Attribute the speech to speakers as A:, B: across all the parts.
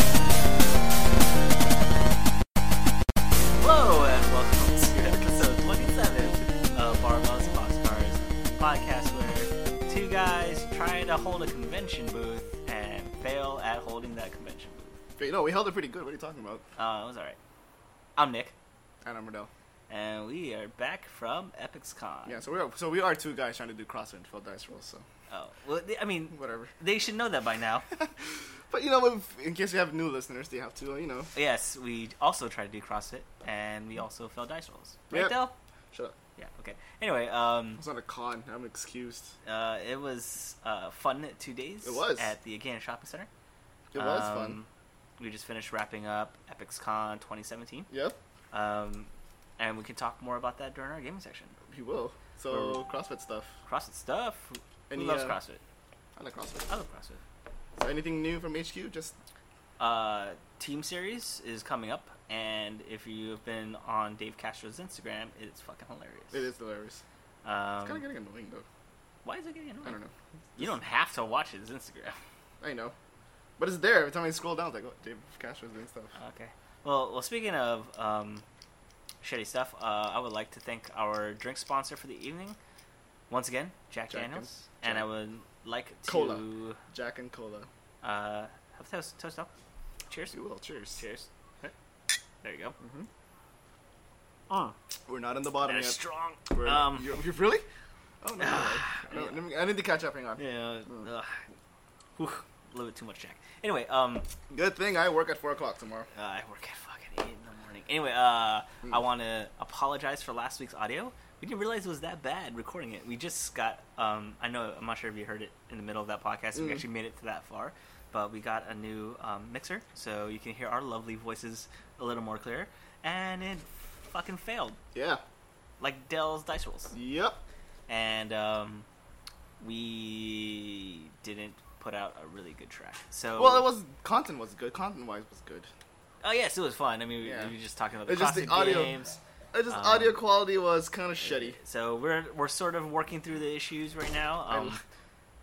A: hold a convention booth and fail at holding that convention booth.
B: Great. No, we held it pretty good. What are you talking about?
A: Uh, it was alright. I'm Nick,
B: Adam Riddell.
A: and we are back from EpicsCon.
B: Yeah, so we are so we are two guys trying to do cross infeld dice rolls. So
A: Oh, well, they- I mean,
B: whatever.
A: they should know that by now.
B: But you know, if, in case you have new listeners, they have to uh, you know
A: yes, we also tried to do CrossFit, and we also failed dice rolls. Right,
B: Yep.
A: Del?
B: shut up.
A: Yeah, okay. Anyway, um,
B: It's not a con. I'm excused.
A: uh, it was uh, fun two days.
B: It was.
A: At the Again Shopping Center.
B: It was
A: Um,
B: fun.
A: We just finished wrapping up EpicsCon 2017.
B: Yep,
A: Um, and we can talk more about that during our gaming section.
B: he will. So CrossFit stuff.
A: CrossFit stuff. Who-
B: Any,
A: Who loves
B: uh,
A: CrossFit?
B: I like CrossFit.
A: I love CrossFit.
B: So anything new from HQ? Just
A: Uh, team series is coming up, and if you've been on Dave Castro's Instagram, it's fucking hilarious.
B: it is hilarious. It's kind
A: Um,
B: of getting annoying though.
A: why is it getting annoying?
B: I don't know.
A: You don't have to watch his Instagram.
B: I know, but it's there every time I scroll down. It's like, oh, Dave Castro's doing stuff.
A: Okay. Well, well. Speaking of um, shitty stuff, uh, I would like to thank our drink sponsor for the evening, once again, Jack,
B: Jack and-
A: Daniels, and I
B: Jack.
A: would like to
B: Cola. Jack and Cola.
A: Uh, have a toast. Toast up. Cheers.
B: We will. Cheers.
A: Cheers. There you go.
B: Mhm.
A: Mm.
B: We're not in the bottom
A: That's
B: yet.
A: strong.
B: We're-
A: Um,
B: you're, you're really? Oh no! no, no.
A: yeah.
B: Let me- I need to catch up. Hang on.
A: yeah.
B: Mm.
A: ugh. Whew, a little bit too much Jack. Anyway, um,
B: Good thing I work at four o'clock tomorrow.
A: uh, I work at fucking eight in the morning. Anyway, uh, I
B: Mm.
A: want to apologize for last week's audio. We didn't realize it was that bad recording it. We just got. Um, I know. I'm not sure if you heard it in the middle of that podcast. We
B: Mm.
A: actually made it to that far, but we got a new um, mixer, so you can hear our lovely voices a little more clear. And it fucking failed,
B: Yeah.
A: like Dell's dice rolls.
B: Yep.
A: and um, we didn't put out a really good track. So,
B: Well, it was content was good. Content wise was good.
A: oh yes, it was fun. I mean, we,
B: Yeah.
A: we were just talking about the
B: It's just
A: classic
B: the audio.
A: games.
B: It just
A: Um,
B: audio quality was kind of shitty.
A: So we're we're sort of working through the issues right now.
B: I
A: Um,
B: l-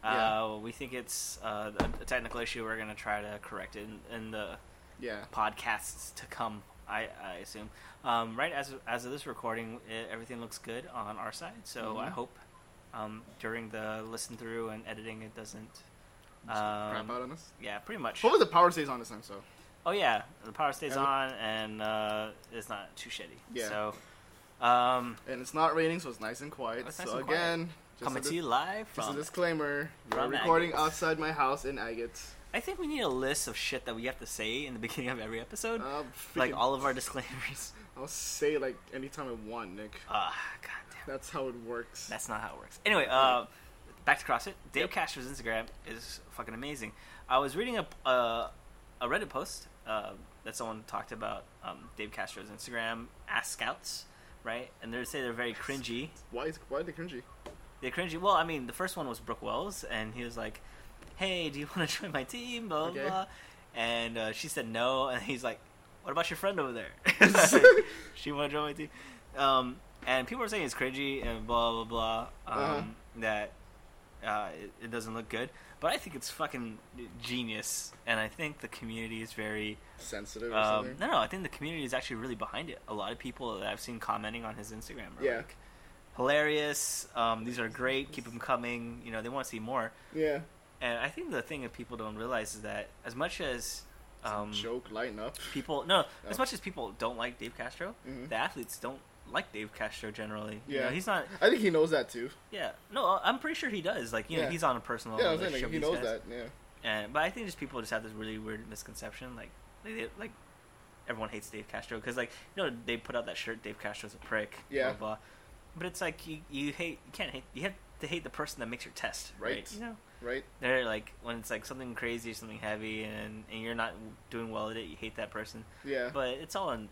B: yeah.
A: uh, we think it's uh, a technical issue. We're gonna try to correct it in, in the
B: Yeah.
A: podcasts to come. I, I assume. Um, right as as of this recording, it, everything looks good on our side. So I
B: Mhm.
A: hope um, during the listen through and editing, it doesn't.
B: Crap
A: Um,
B: out on us.
A: yeah, pretty much.
B: Hopefully the power stays on this time. So
A: Oh yeah, the power stays
B: And-
A: on and uh, it's not too shitty.
B: Yeah.
A: So, um,
B: and it's not raining, so it's nice and quiet.
A: Oh, it's
B: so
A: nice and quiet.
B: again, just
A: coming
B: a,
A: to you live
B: just a
A: from.
B: disclaimer: we're
A: from
B: recording
A: Agates.
B: outside my house in Agate.
A: I think we need a list of shit that we have to say in the beginning of every episode,
B: Uh,
A: like
B: freaking-
A: all of our disclaimers.
B: I'll say like anytime I want, Nick.
A: Ah, goddamn,
B: That's how it works.
A: that's not how it works. Anyway, uh, back to CrossFit. Dave
B: Yep.
A: Castro's Instagram is fucking amazing. I was reading a uh, a Reddit post uh, that someone talked about um, Dave Castro's Instagram ass scouts, right? And they say they're very cringy.
B: why is why the cringy?
A: They cringy. Well, I mean, the first one was Brooke Wells, and he was like, "Hey, do you want to join my team?" Blah blah.
B: Okay.
A: blah. And uh, she said no, and he's like, "What about your friend over there?" she want to join my team. Um, and people are saying it's cringy and blah blah blah. Um,
B: Uh-huh.
A: That uh, it, it doesn't look good, but I think it's fucking genius, and I think the community is very.
B: Sensitive or
A: Um,
B: something?
A: no, no, I think the community is actually really behind it. A lot of people that I've seen commenting on his Instagram are
B: Yeah.
A: like, hilarious. Um, these are great. Keep them coming. You know, they want to see more.
B: Yeah.
A: And I think the thing that people don't realize is that as much as um,
B: Joke, lighten up.
A: people, no, as
B: Oh.
A: much as people don't like Dave Castro,
B: Mhm.
A: the athletes don't like Dave Castro generally. You
B: Yeah.
A: know, he's not.
B: I think he knows that too.
A: Yeah, no, I'm pretty sure he does. Like, you know,
B: Yeah.
A: he's on a personal.
B: yeah, I was saying
A: relationship
B: like, he
A: with
B: knows
A: these guys.
B: that. Yeah.
A: And but I think just people just have this really weird misconception, like they, they- like everyone hates Dave Castro because like you know they put out that shirt Dave Castro's a prick,
B: Yeah.
A: blah blah. But it's like you, you hate you can't hate you have to hate the person that makes your test, right?
B: Right.
A: You know
B: Right.
A: they're like when it's like something crazy, something heavy, and and you're not doing well at it, you hate that person.
B: Yeah.
A: But it's all in.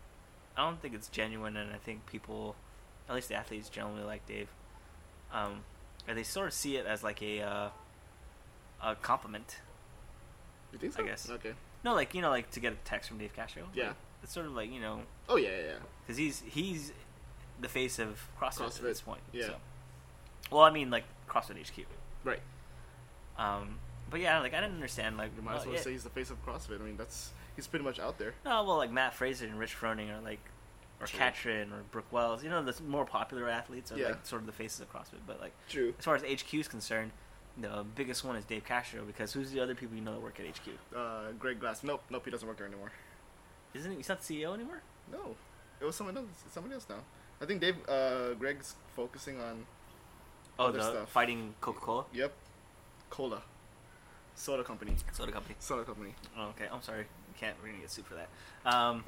A: I don't think it's genuine, and I think people, at least the athletes, generally like Dave. Um, and they sort of see it as like a uh, a compliment.
B: you think
A: I
B: so?
A: guess.
B: Okay.
A: No, like you know, like to get a text from Dave Castro.
B: Yeah.
A: Like, it's sort of like you know,
B: Oh yeah, yeah, yeah.
A: because he's he's the face of CrossFit, at
B: CrossFit,
A: this point.
B: yeah.
A: So. Well, I mean, like CrossFit HQ.
B: Right.
A: Um, but yeah, like I didn't understand like
B: You might as
A: oh,
B: well
A: yeah.
B: say he's the face of CrossFit. I mean, that's he's pretty much out there.
A: No, well, like Matt Fraser and Rich Froning are like, or
B: True.
A: Katrin or Brooke Wells. You know, the more popular athletes are
B: Yeah.
A: like sort of the faces of CrossFit. But like
B: True.
A: as far as HQ is concerned, the biggest one is Dave Castro because who's the other people you know that work at HQ?
B: Uh, Greg Glass. Nope, nope, he doesn't work there anymore.
A: Isn't he, he's not CEO anymore?
B: No, it was someone else. Somebody else now. I think Dave, uh, Greg's focusing on.
A: Oh,
B: Other
A: the
B: stuff.
A: fighting Coca Cola
B: Yep, cola, soda company,
A: soda company.
B: soda company.
A: Oh, okay, I'm sorry, we can't. We're gonna get sued for that. Um,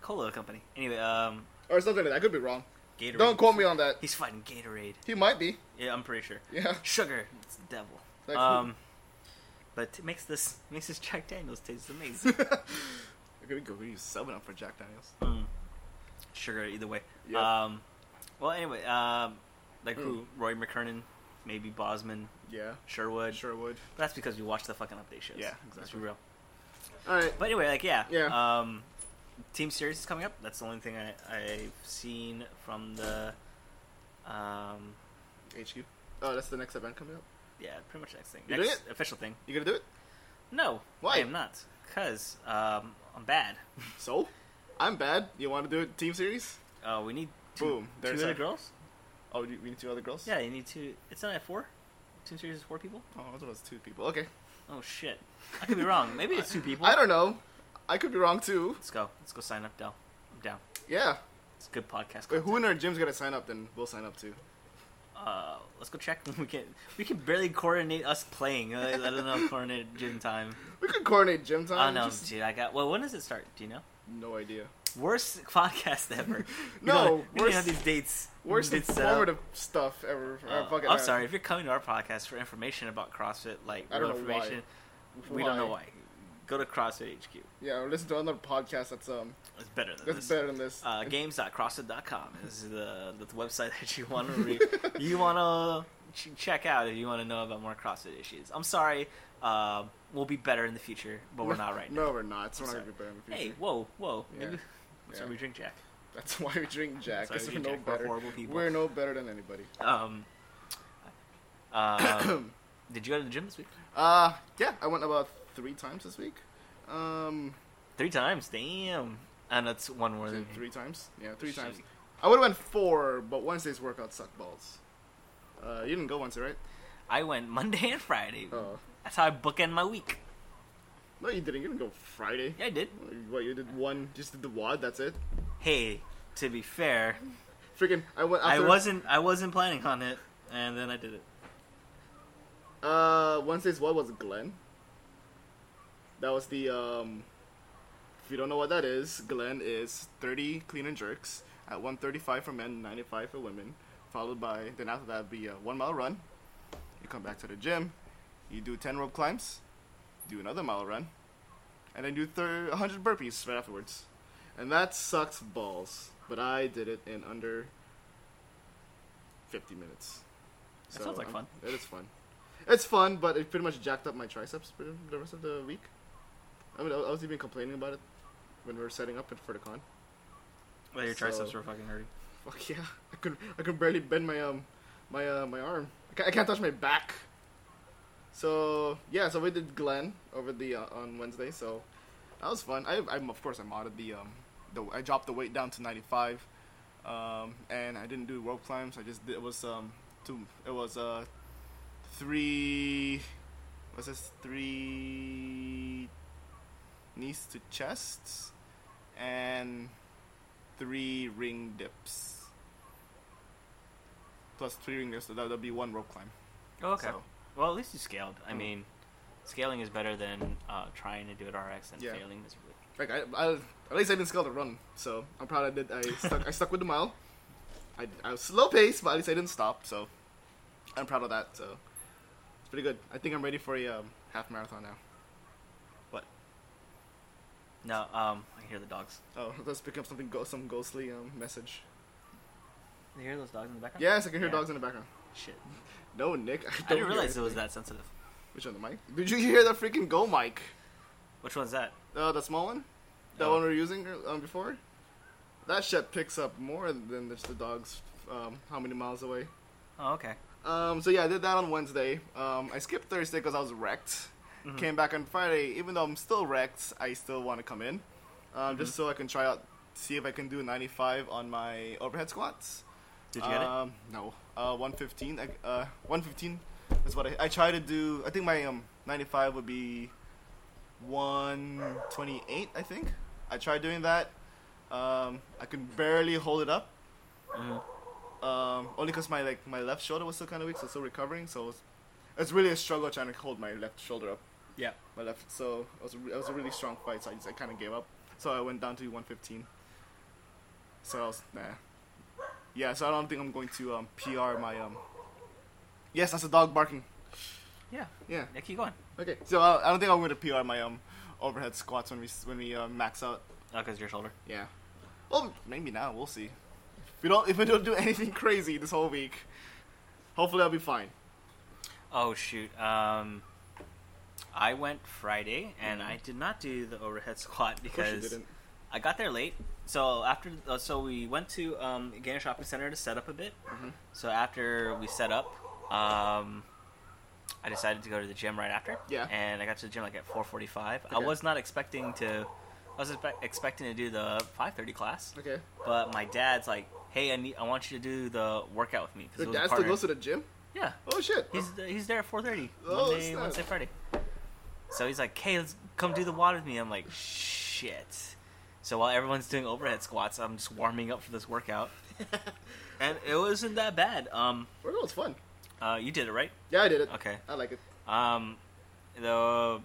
A: cola company. Anyway, um,
B: Or something like that. I could be wrong.
A: Gatorade.
B: Don't quote me on that.
A: He's fighting Gatorade.
B: He might be.
A: Yeah, I'm pretty sure.
B: Yeah.
A: Sugar, it's the devil.
B: Like who?
A: um, but it makes this makes this Jack Daniels taste amazing.
B: Here we go. We subbing up for Jack Daniels.
A: Mm. Sugar either way.
B: Yep.
A: Um, well, anyway, um, like
B: Mm.
A: who? Roy McKernan, maybe Bosman,
B: Yeah.
A: Sherwood.
B: Sure would.
A: That's because we watch the fucking update shows.
B: Yeah,
A: Let's be
B: exactly.
A: real.
B: All right.
A: But anyway, like yeah,
B: Yeah.
A: Um, team series is coming up. That's the only thing I, I've seen from the. Um,
B: HQ. Oh, that's the next event coming up.
A: yeah, pretty much next thing.
B: You
A: next
B: doing
A: official thing.
B: You gonna do it?
A: No,
B: Why?
A: I am not. Cause um, I'm bad.
B: So, I'm bad. You want to do it? Team series?
A: Uh, we need two,
B: Boom.
A: two
B: There's
A: other
B: our-
A: girls.
B: Oh, we we need two other girls.
A: Yeah, you need two. It's not at four. Team series is four people.
B: Oh, I thought it was two people. Okay.
A: Oh shit, I could be wrong. Maybe it's two people.
B: I don't know. I could be wrong too.
A: Let's go. Let's go sign up, Dell. I'm down.
B: Yeah.
A: It's a good podcast.
B: Wait, who
A: content.
B: in our gym's gonna sign up? Then we'll sign up too.
A: Uh, let's go check. We can we can barely coordinate us playing. I, I don't know coordinate gym time.
B: We could coordinate gym
A: Oh
B: time.
A: no,
B: Just
A: dude! I got. Well, when does it start? Do you know?
B: no idea.
A: Worst podcast ever. We
B: No,
A: don't- we don't
B: worst-
A: have these dates.
B: Worst
A: Dates set up.
B: informative stuff ever. for our
A: Uh,
B: fucking
A: I'm
B: ass.
A: sorry if you're coming to our podcast for information about CrossFit, like
B: I
A: real
B: don't know why.
A: information. We don't know why. Go to CrossFit HQ.
B: Yeah, or listen to another podcast that's um
A: It's better than
B: that's
A: this.
B: better than this.
A: Uh, games.crossfit.com is the, the website that you want to re- you want to ch- check out if you want to know about more CrossFit issues. I'm sorry, uh, we'll be better in the future, but we're not right now.
B: No, we're not. So we're not
A: sorry.
B: gonna be better in the
A: Hey,
B: future.
A: whoa, whoa!
B: Yeah.
A: Maybe that's why
B: Yeah.
A: we drink Jack.
B: That's why we drink Jack.
A: That's why we
B: Because we're
A: drink
B: no
A: Jack. We're
B: better.
A: horrible people.
B: We're no better than anybody.
A: Um, uh, did you go to the gym this week?
B: Uh, yeah, I went about three times this week. Um,
A: Three times, damn. And that's one more
B: was
A: than
B: it three times? Yeah, three
A: Shit.
B: times. I would have went four, but Wednesday's workout sucked balls. Uh, you didn't go Wednesday, right?
A: I went Monday and Friday.
B: Oh.
A: That's how I bookend my week.
B: No, you didn't. You didn't go Friday.
A: Yeah, I did.
B: What, you did one, just did the WAD, that's it?
A: Hey, to be fair,
B: Freaking, I went after,
A: I wasn't I wasn't planning on it, and then I did it.
B: Uh, Wednesday's WAD was Glenn. That was the, um, if you don't know what that is, Glenn is 30 clean and jerks at 135 for men, 95 for women, followed by, then after that would be a one mile run. You come back to the gym, you do 10 rope climbs, do another mile run, and then do thir- 100 burpees right afterwards. And that sucks balls, but I did it in under 50 minutes. um,
A: That sounds like fun.
B: It is fun. It's fun, but it pretty much jacked up my triceps for the rest of the week. I mean, I I was even complaining about it when we were setting up it for the con.
A: Well, your
B: So-
A: triceps were fucking hurting.
B: Fuck yeah, I could I could barely bend my um my uh, my arm. I can't, I can't touch my back. So yeah, so we did Glenn over the uh, on Wednesday. So that was fun. I I'm of course I modded the um the I dropped the weight down to 95, um and I didn't do rope climbs. I just did, it was um two it was uh three what's this three knees to chests and three ring dips. Plus three ring dips, so that would be one rope climb.
A: Oh, okay.
B: So,
A: Well, at least you scaled. I
B: Mm.
A: mean, scaling is better than uh, trying to do it RX and
B: Yeah.
A: failing miserably.
B: like I, I, at least I didn't scale the run, so I'm proud I did. I stuck. I stuck with the mile. I, I was slow pace, but at least I didn't stop. So I'm proud of that. So it's pretty good. I think I'm ready for a um, half marathon now. What?
A: No, um, I can hear the dogs.
B: Oh, let's pick up something. Go some ghostly um, message.
A: You hear those dogs in the background?
B: Yes, I can hear
A: Yeah.
B: dogs in the background.
A: Shit,
B: No, Nick. I,
A: I
B: don't
A: didn't realize it
B: hear
A: was that sensitive.
B: Which one, the mic? Did you hear the freaking go mic?
A: Which one's that?
B: Uh, the small one? That
A: Oh.
B: one we were using um, before? That shit picks up more than just the dogs, um, how many miles away.
A: Oh, okay.
B: Um, so yeah, I did that on Wednesday. Um, I skipped Thursday because I was wrecked.
A: Mhm.
B: Came back on Friday. Even though I'm still wrecked, I still want to come in. Um, Just so I can try out, see if I can do 95 on my overhead squats.
A: Did you get it?
B: uh, Um, no. Uh, 115. I, uh, 115 That's what I, I try to do. I think my um 95 would be 128. I think I tried doing that. Um, I could barely hold it up.
A: Mhm.
B: Um, only because my like my left shoulder was still kind of weak, so still recovering. So it's, it's really a struggle trying to hold my left shoulder up.
A: Yeah.
B: My left. So it was a, re- it was a really strong fight. So I just I kind of gave up. So I went down to 115. So I was nah. Yeah. So I don't think I'm going to um PR my um. Yes, that's a dog barking.
A: Yeah.
B: Yeah.
A: Yeah. Keep going.
B: Okay. So I, I don't think I'm going to PR my um overhead squats when we s- when we uh, max out.
A: Oh, because your shoulder.
B: Yeah. Well, maybe now we'll see. If we don't if we don't do anything crazy this whole week, hopefully I'll be fine.
A: Oh shoot. Um, I went Friday and I did not do the overhead squat
B: Mm-hmm. Of course you
A: because
B: didn't.
A: I got there late. So after, uh, so we went to um, Gainer Shopping Center to set up a bit.
B: Mm-hmm.
A: So after we set up, um, I decided to go to the gym right after.
B: Yeah.
A: And I got to the gym like at 4:45. I
B: Okay.
A: was not expecting to. I was expect- expecting to do the 5:30 class,
B: Okay.
A: but my dad's like, "Hey, I need, I want you to do the workout with me." 'cause it
B: Your
A: was a
B: dad still
A: partner.
B: goes to the gym?
A: Yeah.
B: Oh shit.
A: He's he's there at four thirty
B: Oh,
A: Monday,
B: snap.
A: Wednesday, Friday. So he's like, "Hey, let's come do the water with me." I'm like, "Shit!" So while everyone's doing overhead squats, I'm just warming up for this workout, and it wasn't that bad. Um,
B: Workout's fun.
A: uh, you did it right?
B: Yeah, I did it.
A: Okay.
B: I like it.
A: Um, the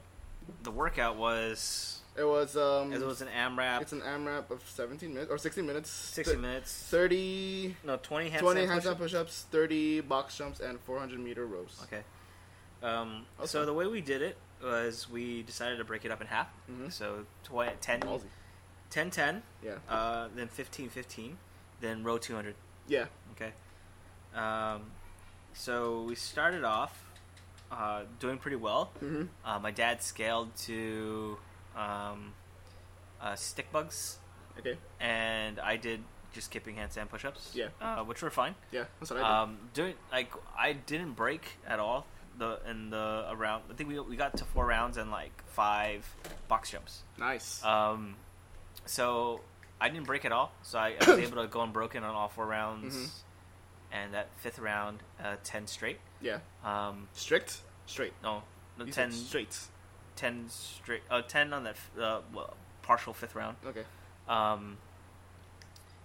A: the workout was
B: It was um
A: it was an AMRAP,
B: it's an AMRAP of 17 minutes or 16 minutes.
A: sixty
B: Thir-
A: minutes,
B: 30
A: no twenty handstand,
B: 20 handstand
A: push-ups.
B: push-ups, 30 box jumps and 400 meter rows.
A: Okay. Um,
B: Awesome.
A: So the way we did it was we decided to break it up in half.
B: Mhm.
A: So twi- 10,
B: Ballsy.
A: 10, 10,
B: Yeah.
A: uh, then 15, 15, then row 200.
B: Yeah.
A: Okay. Um, so we started off uh, doing pretty well.
B: Mhm.
A: Uh, my dad scaled to um, uh, stick bugs,
B: Okay.
A: and I did just skipping handstand push ups,
B: Yeah.
A: uh, which were fine.
B: Yeah. That's what I did.
A: Um, doing like I didn't break at all the in the around. I think we we got to four rounds and like five box jumps.
B: nice.
A: Um, so I didn't break at all. So I, I was able to go unbroken on all four rounds,
B: Mhm.
A: and that fifth round, uh, ten straight.
B: yeah.
A: Um,
B: Strict? Straight.
A: no, no
B: You
A: 10,
B: said straight.
A: 10 straight. Uh, ten on that f- uh, well, partial fifth round.
B: Okay.
A: Um,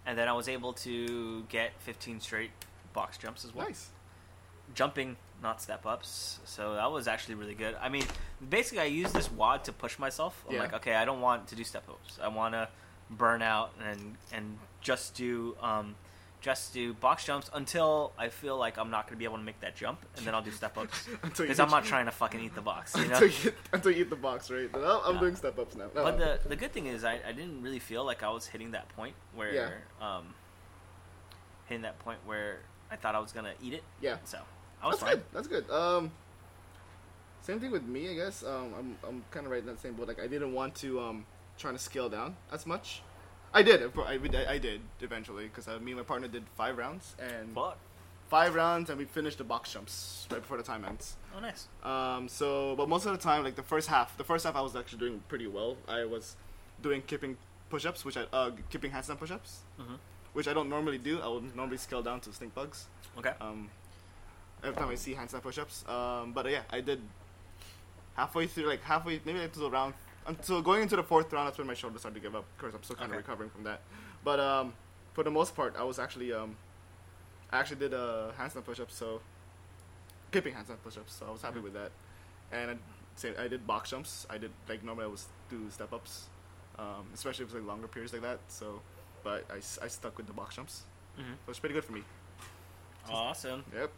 A: and then I was able to get fifteen straight box jumps as well.
B: Nice.
A: jumping, not step ups. So that was actually really good. I mean, basically, I used this wad to push myself. I'm
B: Yeah.
A: like, okay, I don't want to do step ups. I want to burn out and and just do um, just do box jumps until I feel like I'm not going to be able to make that jump, and then I'll do step ups
B: Until you
A: because I'm
B: hit-
A: not trying to fucking eat the box, you know.
B: until, you, until you eat the box, right? But I'm, I'm
A: Yeah.
B: doing step ups now. Uh, No,
A: But
B: no.
A: the the good thing is, I, I didn't really feel like I was hitting that point where um, hitting that point where I thought I was gonna eat it.
B: yeah,
A: So I was
B: that's
A: fine.
B: good. That's good. Um, same thing with me, I guess. Um, I'm I'm kind of right in that same boat. Like I didn't want to um trying to scale down as much. I did. of cour- I, we did- I did eventually because uh, me and my partner did five rounds and
A: Fuck.
B: five rounds, and we finished the box jumps right before the time ends.
A: Oh, nice.
B: Um, so, but most of the time, like the first half, the first half I was actually doing pretty well. I was doing kipping push-ups, which I uh, kipping handstand push-ups,
A: Mhm.
B: which I don't normally do. I would normally scale down to stink bugs.
A: Okay.
B: Um, every time I see handstand push-ups, um, but uh, yeah, I did halfway through, like halfway, maybe until round, until going into the fourth round, that's when my shoulders started to give up. Of course, I'm still kind
A: Okay.
B: of recovering from that. But um, for the most part, I was actually um, I actually did a handstand push-up, so kipping handstand push-ups. So I was happy with that. And I, say, I did box jumps. I did like normally I was do step ups, um, especially if it's like longer periods like that. So, but I, s- I stuck with the box jumps.
A: Mhm.
B: It was pretty good for me.
A: Uh, Awesome.
B: Yep.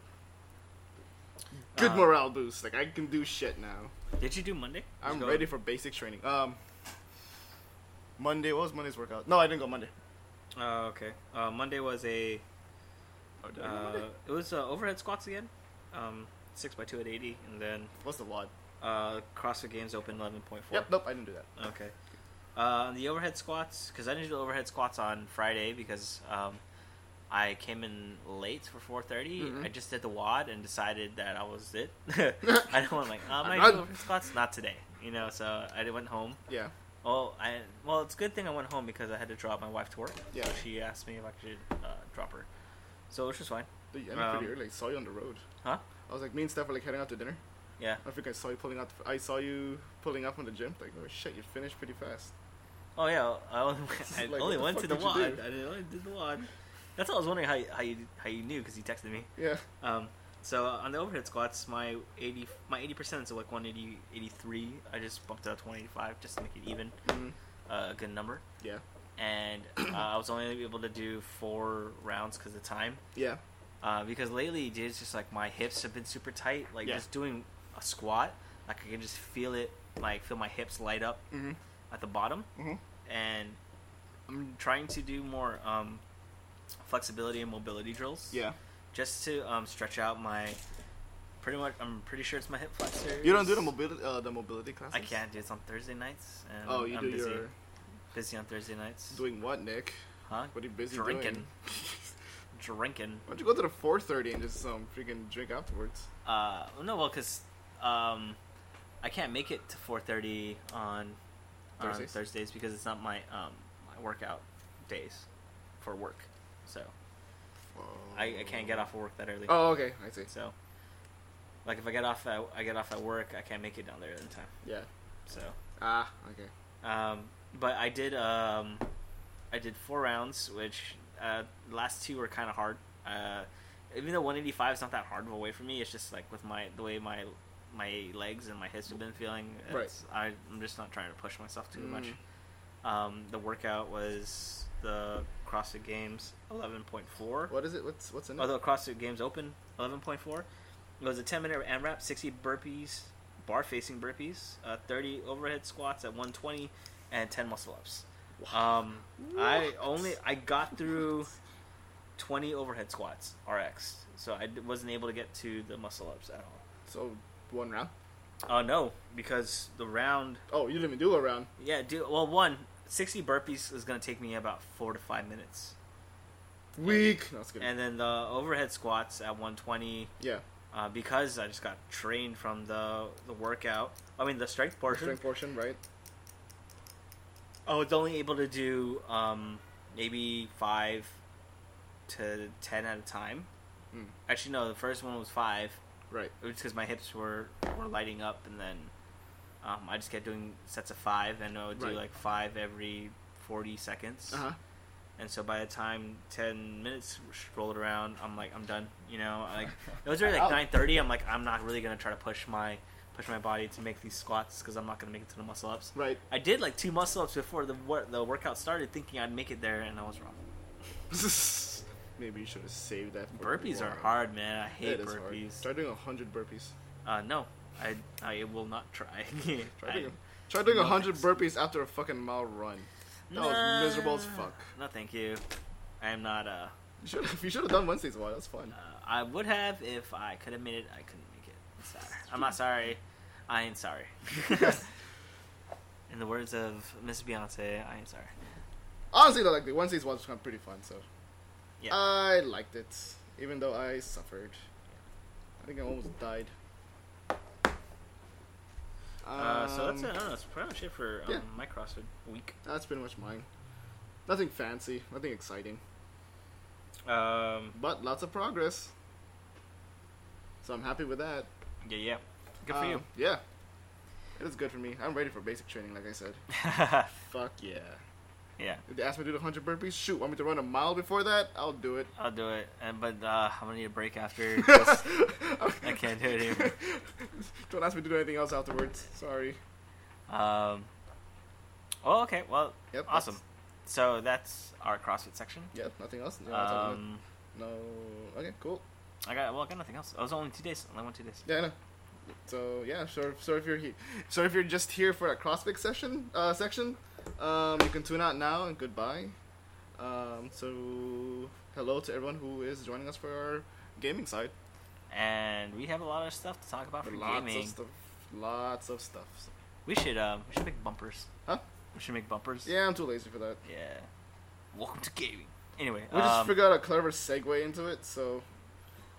B: Good
A: Uh,
B: morale boost. Like I can do shit now.
A: Did you do Monday?
B: I'm
A: Just go-
B: ready for basic training. Um, Monday. What was Monday's workout? No, I didn't go Monday.
A: Oh, okay. Uh, Monday was a.
B: Oh, did I go
A: Uh,
B: Monday?
A: it was uh, overhead squats again, um, six by two at eighty, and then
B: What's the wad?
A: uh, CrossFit Games Open eleven point four.
B: Yep. Nope. I didn't do that.
A: Okay. Uh, the overhead squats, because I didn't do the overhead squats on Friday because um, I came in late for four
B: Mhm.
A: I just did the wad and decided that I was it. I don't want like uh,
B: I'm
A: my
B: not-
A: overhead squats not today, you know. So I went home.
B: Yeah.
A: Oh, I well, it's a good thing I went home because I had to drop my wife to work.
B: Yeah.
A: So she asked me if I could uh, drop her, so which was fine.
B: Dude, you ended pretty
A: Um,
B: early. I saw you on the road.
A: Huh?
B: I was like, me and Steph were like heading out to dinner.
A: Yeah.
B: I think I saw you pulling out. I saw you pulling up from the gym. Like, oh shit, you finished pretty fast.
A: Oh yeah, I only, I
B: Like,
A: only
B: what the
A: went
B: fuck
A: to the
B: did you
A: wad. I
B: do?
A: did- only did the wad. That's all I was wondering how you, how you how you knew because you texted me.
B: Yeah.
A: Um, so uh, on the overhead squats, my eighty my eighty percent is like 180, 83. I just bumped it up to one eighty five just to make it even,
B: Mhm.
A: uh, a good number.
B: Yeah.
A: And uh, I was only able to do four rounds because of time.
B: Yeah.
A: Uh, because lately, dude, it's just like my hips have been super tight. Like
B: Yeah.
A: just doing a squat, like I can just feel it, like feel my hips light up
B: Mm-hmm.
A: at the bottom
B: Mm-hmm.
A: and I'm trying to do more um, flexibility and mobility drills.
B: Yeah.
A: Just to um, stretch out my pretty much. I'm pretty sure it's my hip flexors.
B: You don't do the mobility uh, the mobility classes.
A: I can't do it on Thursday nights. And
B: Oh, you
A: I'm
B: do
A: busy,
B: your
A: busy on Thursday nights.
B: doing what, Nick?
A: huh?
B: What are you busy
A: Drinking.
B: doing?
A: Drinking.
B: Why don't you go to the 4:30 and just um freaking drink afterwards?
A: Uh, no, well, because um, I can't make it to 4:30 on on
B: Thursdays?
A: Thursdays because it's not my um, my workout days for work. So I, I can't get off of work that early.
B: Oh, okay. I see.
A: So, like, if I get off, at, I get off at work. I can't make it down there in time.
B: Yeah.
A: So,
B: Ah. Okay.
A: um, but I did. Um, I did four rounds, which uh, the last two were kind of hard. Uh, even though 185 is not that hard of a way for me, it's just like with my the way my my legs and my hips have been feeling.
B: Right.
A: it's- I, I'm just not trying to push myself too much.
B: Mm.
A: Um, the workout was the CrossFit Games 11.4.
B: What is it? What's what's in it?
A: Although CrossFit Games Open 11.4, it was a 10 minute AMRAP, 60 burpees, bar facing burpees, uh, 30 overhead squats at 120, and 10 muscle ups. Um, I
B: What?
A: only I got through 20 overhead squats RX, so I d- wasn't able to get to the muscle ups at all.
B: So one round.
A: Oh no, because the round,
B: Oh, you didn't even do a round.
A: yeah, dude. Well, one 60 burpees is gonna take me about four to five minutes,
B: Weak. No, that's good.
A: and then the overhead squats at 120.
B: yeah.
A: uh, because I just got trained from the the workout. I mean, the strength portion.
B: Strength portion, right?
A: I was only able to do um, maybe five to ten at a time.
B: Mm.
A: Actually, no, the first one was five.
B: Right.
A: It was because my hips were were lighting up, and then um, I just kept doing sets of five, and I would do
B: Right.
A: like five every forty seconds.
B: Uh huh.
A: And so by the time ten minutes rolled around, I'm like, I'm done. You know, like it was already like
B: Ow.
A: nine thirty. I'm like, I'm not really gonna try to push my push my body to make these squats because I'm not gonna make it to the muscle ups.
B: Right.
A: I did like two muscle ups before the wor- the workout started, thinking I'd make it there, and I was wrong.
B: Maybe you should have saved that. for
A: Burpees are
B: one.
A: hard, man. I hate
B: It is hard.
A: burpees.
B: Try doing hundred burpees.
A: Uh, no, I I will not try.
B: Try
A: I-
B: doing, try doing
A: no
B: hundred
A: thanks.
B: burpees after a fucking mile run. That
A: Nah.
B: was miserable as fuck.
A: No, thank you. I am not. Uh,
B: You should have, you should have done Wednesdays a while. That's fun.
A: uh, I would have if I could have made it. I couldn't make it. I'm sorry. I'm not sorry. I ain't sorry. In the words of Miss Beyonce, I ain't sorry.
B: Honestly, though, like the Wednesdays was kind of pretty fun. So
A: Yeah.
B: I liked it, even though I suffered. I think I almost died.
A: Uh, so that's it.
B: Um,
A: I don't know. That's pretty much it for um,
B: yeah.
A: my CrossFit week.
B: That's pretty much mine. Nothing fancy, nothing exciting,
A: Um,
B: but lots of progress. So I'm happy with that.
A: yeah, yeah. Good for
B: Um,
A: you.
B: Yeah. It is good for me. I'm ready for basic training, like I said. Fuck yeah.
A: yeah,
B: If they ask me to do the 100 burpees, shoot, want me to run a mile before that? I'll do it.
A: I'll do it. And but uh, I'm gonna need a break after. this. I
B: I
A: can't do it anymore.
B: Don't ask me to do anything else afterwards. Sorry.
A: Um. Oh, okay. Well,
B: Yep, that's-
A: awesome. So that's our CrossFit section.
B: Yep, nothing else? No, that's all I
A: Um,
B: know. no. Okay, cool.
A: I got well. I got nothing else. I was only two days. I only went two days.
B: Yeah, I know. So yeah, so so if you're he- so if you're just here for a CrossFit session uh, section, um, you can tune out now and goodbye. Um, so hello to everyone who is joining us for our gaming side.
A: and we have a lot of stuff to talk about for
B: lots
A: gaming.
B: of stuff. Lots of stuff.
A: We should um, we should make bumpers.
B: Huh?
A: We should make bumpers.
B: Yeah, I'm too lazy for that.
A: Yeah. Welcome to gaming. Anyway,
B: We just
A: um,
B: figured out a clever segue into it, so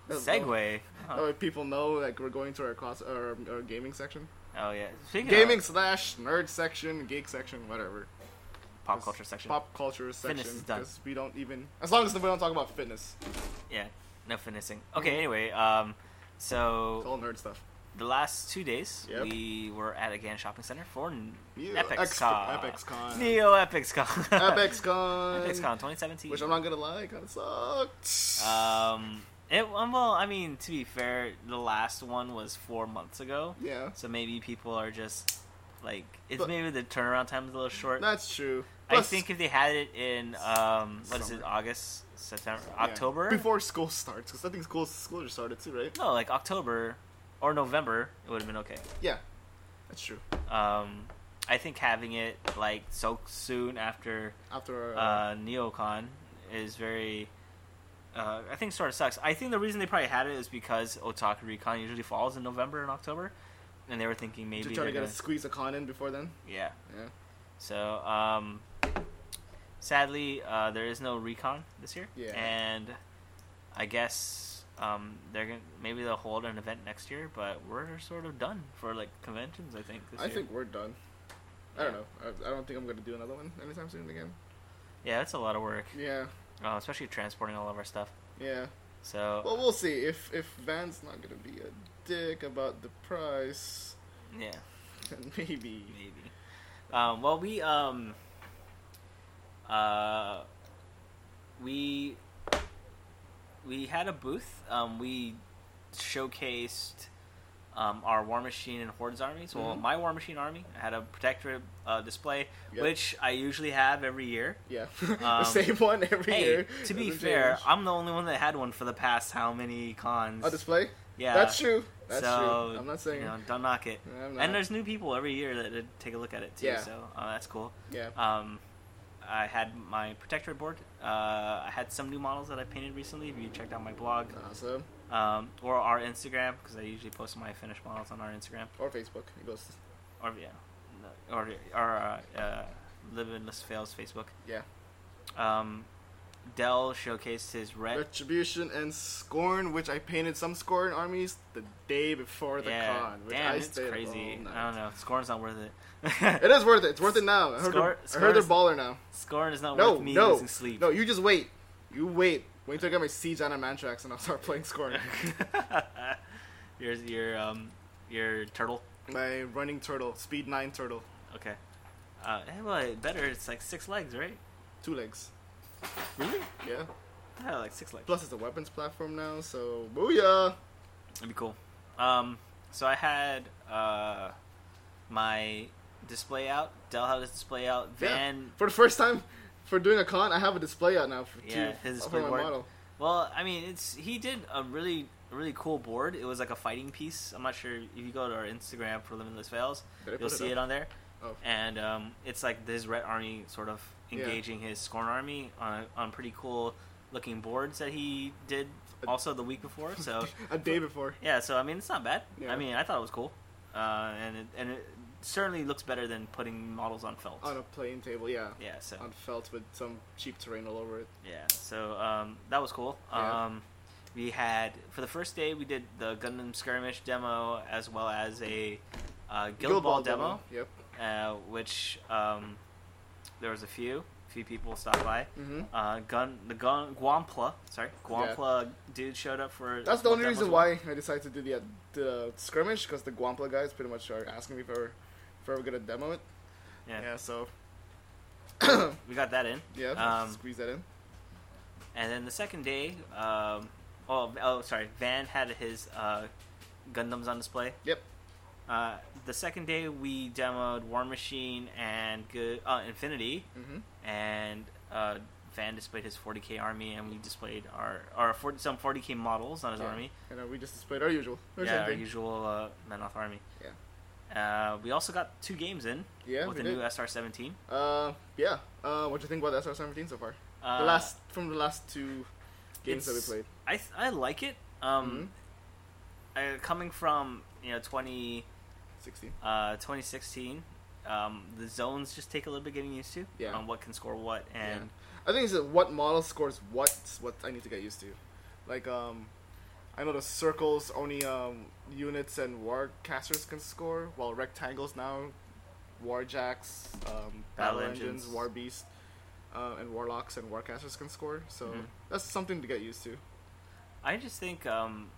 B: that's-
A: segue.
B: That
A: Oh,
B: way people know like we're going to our cross our, our gaming section,
A: oh, yeah. Speaking
B: gaming
A: of
B: slash nerd section, geek section, whatever.
A: pop
B: Just
A: culture section.
B: Pop culture section.
A: is done.
B: Because we don't even as long as we don't talk about fitness.
A: Yeah. No finessing. Okay. Anyway, um,
B: It's
A: So
B: all nerd stuff.
A: the last two days,
B: Yep.
A: we were at again shopping center for n-
B: Ew,
A: EpixCon.
B: EpixCon.
A: Neo EpixCon.
B: EpixCon.
A: EpixCon 2017.
B: Which I'm not gonna lie, kind of sucked.
A: Um, it um, well, I mean, to be fair, the last one was four months ago,
B: yeah,
A: so maybe people are just like it's
B: But-
A: maybe the turnaround time is a little short.
B: that's true.
A: I
B: Plus,
A: think if they had it in um, what is it,
B: Summer.
A: August, September,
B: yeah,
A: October,
B: before school starts, because I think school school just started too, right?
A: no, like October or November, it would have been okay.
B: Yeah, that's true.
A: Um, I think having it like so soon after
B: After uh,
A: uh, Neocon is very. Uh, I think sort of sucks. I think the reason they probably had it is because Otaku Recon usually falls in November and October, and they were thinking maybe
B: to try
A: they're
B: to get
A: gonna,
B: a squeeze a con in before then.
A: yeah.
B: Yeah,
A: So um, sadly, uh, there is no Recon this year,
B: Yeah.
A: and I guess um, they're gonna maybe they'll hold an event next year, but we're sort of done for like conventions. I think this
B: I
A: year.
B: think we're done. I don't know. I, I don't think I'm gonna do another one anytime soon again.
A: yeah, that's a lot of work,
B: Yeah,
A: uh, especially transporting all of our stuff.
B: yeah.
A: So
B: Well, we'll see if if Van's not gonna be a dick about the price,
A: yeah.
B: then maybe.
A: Maybe. Um, well, we um, uh, we we had a booth. Um, we showcased um, our War Machine and Hordes armies. Well,
B: Mhm.
A: my War Machine army I had a protector uh, display,
B: Yeah.
A: which I usually have every year.
B: Yeah,
A: Um,
B: the same one every
A: Hey,
B: year.
A: to be
B: Doesn't
A: fair,
B: change.
A: I'm the only one that had one for the past how many cons?
B: a display.
A: yeah,
B: That's true. That's
A: so
B: true. I'm not saying.
A: you know, don't knock it.
B: I'm not.
A: And there's new people every year that, that take a look at it too.
B: Yeah.
A: So uh, that's cool.
B: yeah.
A: Um, I had my protectorate board. Uh, I had some new models that I painted recently. If you checked out my blog
B: Awesome.
A: um, or our Instagram, because I usually post my finished models on our Instagram
B: Or Facebook. It goes.
A: or yeah, no, or or uh, uh, Live and List Fails Facebook.
B: Yeah.
A: Um, Dell showcased his red.
B: Retribution and Scorn, which I painted some Scorn armies the day before the
A: yeah,
B: con. Which
A: damn,
B: I
A: it's
B: stayed up
A: crazy.
B: all night.
A: I don't know. Scorn's not worth it.
B: It is worth it. It's worth it now. I heard,
A: Scorn-
B: they're, I heard they're
A: Scorn
B: baller now.
A: Scorn is not
B: No,
A: worth me
B: no,
A: losing sleep.
B: No, you just wait. You wait. Wait till I get my Siege on Mantrax and I'll start playing Scorn.
A: your your um your turtle.
B: my running turtle, speed 9 turtle.
A: Okay. Uh, eh, well, it- better. It's like six legs, right?
B: Two legs.
A: Really?
B: Yeah.
A: Yeah, like six legs.
B: Plus, it's a weapons platform now, so booyah!
A: That'd be cool. Um, so I had uh, my display out. Dell had his display out.
B: Yeah.
A: Van,
B: For the first time for doing a con, I have a display out now for,
A: Yeah,
B: two,
A: his
B: for
A: display
B: my
A: board.
B: model.
A: well, I mean, it's he did a really a really cool board. It was like a fighting piece. I'm not sure if you go to our Instagram for Limitless Fails,
B: Did I
A: you'll
B: put it
A: see
B: up?
A: it on there.
B: Oh.
A: And um, it's like his red army sort of
B: Yeah.
A: engaging his scorn army on on pretty cool looking boards that he did
B: Uh,
A: also the week before. So
B: a day before.
A: Yeah, so I mean, it's not bad.
B: Yeah.
A: I mean, I thought it was cool, uh, and it, and it certainly looks better than putting models on felt.
B: On a playing table, yeah.
A: yeah, so
B: On felt with some cheap terrain all over it.
A: yeah, so um, that was cool.
B: Yeah.
A: Um, we had for the first day we did the Gundam skirmish demo as well as a uh, Guild, Ball, demo,
B: Yep.
A: Uh, which um, there was a few few people stopped by.
B: hmm
A: Uh, gun the gun Guampla, sorry Guampla dude showed up for.
B: That's the
A: both
B: only
A: demos
B: reason
A: as well.
B: why I decided to do the, uh, the skirmish because the Guampla guys pretty much are asking me if I were, if I were gonna demo it.
A: Yeah,
B: so
A: we got that in.
B: yeah,
A: Um,
B: squeeze that in.
A: And then the second day, um, oh, oh, sorry, Van had his uh, Gundams on display.
B: Yep.
A: Uh, the second day, we demoed War Machine and Good uh, Infinity,
B: hmm
A: and uh, Van displayed his 40k army, and we displayed our our 40, some 40k models on his
B: Yeah.
A: army.
B: And uh, we just displayed our usual. or
A: yeah, our
B: something.
A: usual uh, Menoth army. Yeah. Uh, we also got two games in
B: Yeah,
A: with
B: we
A: the new
B: did.
A: SR17.
B: Uh, yeah. Uh, what do you think about SR17 so far?
A: Uh,
B: the last from the last two games that we
A: it's-
B: played.
A: I th- I like it. Um,
B: Mm-hmm.
A: uh, coming from you know 20-
B: 16.
A: Uh, 2016. Um, the zones just take a little bit getting used to
B: Yeah.
A: on what can score what, and
B: I think it's that what model scores what's what I need to get used to. Like um I know the circles only um units and war casters can score, while rectangles now war jacks, um
A: Battle
B: battle, engines,
A: engines.
B: war beasts, uh, and warlocks and war casters can score. So
A: Mhm.
B: that's something to get used to.
A: I just think um,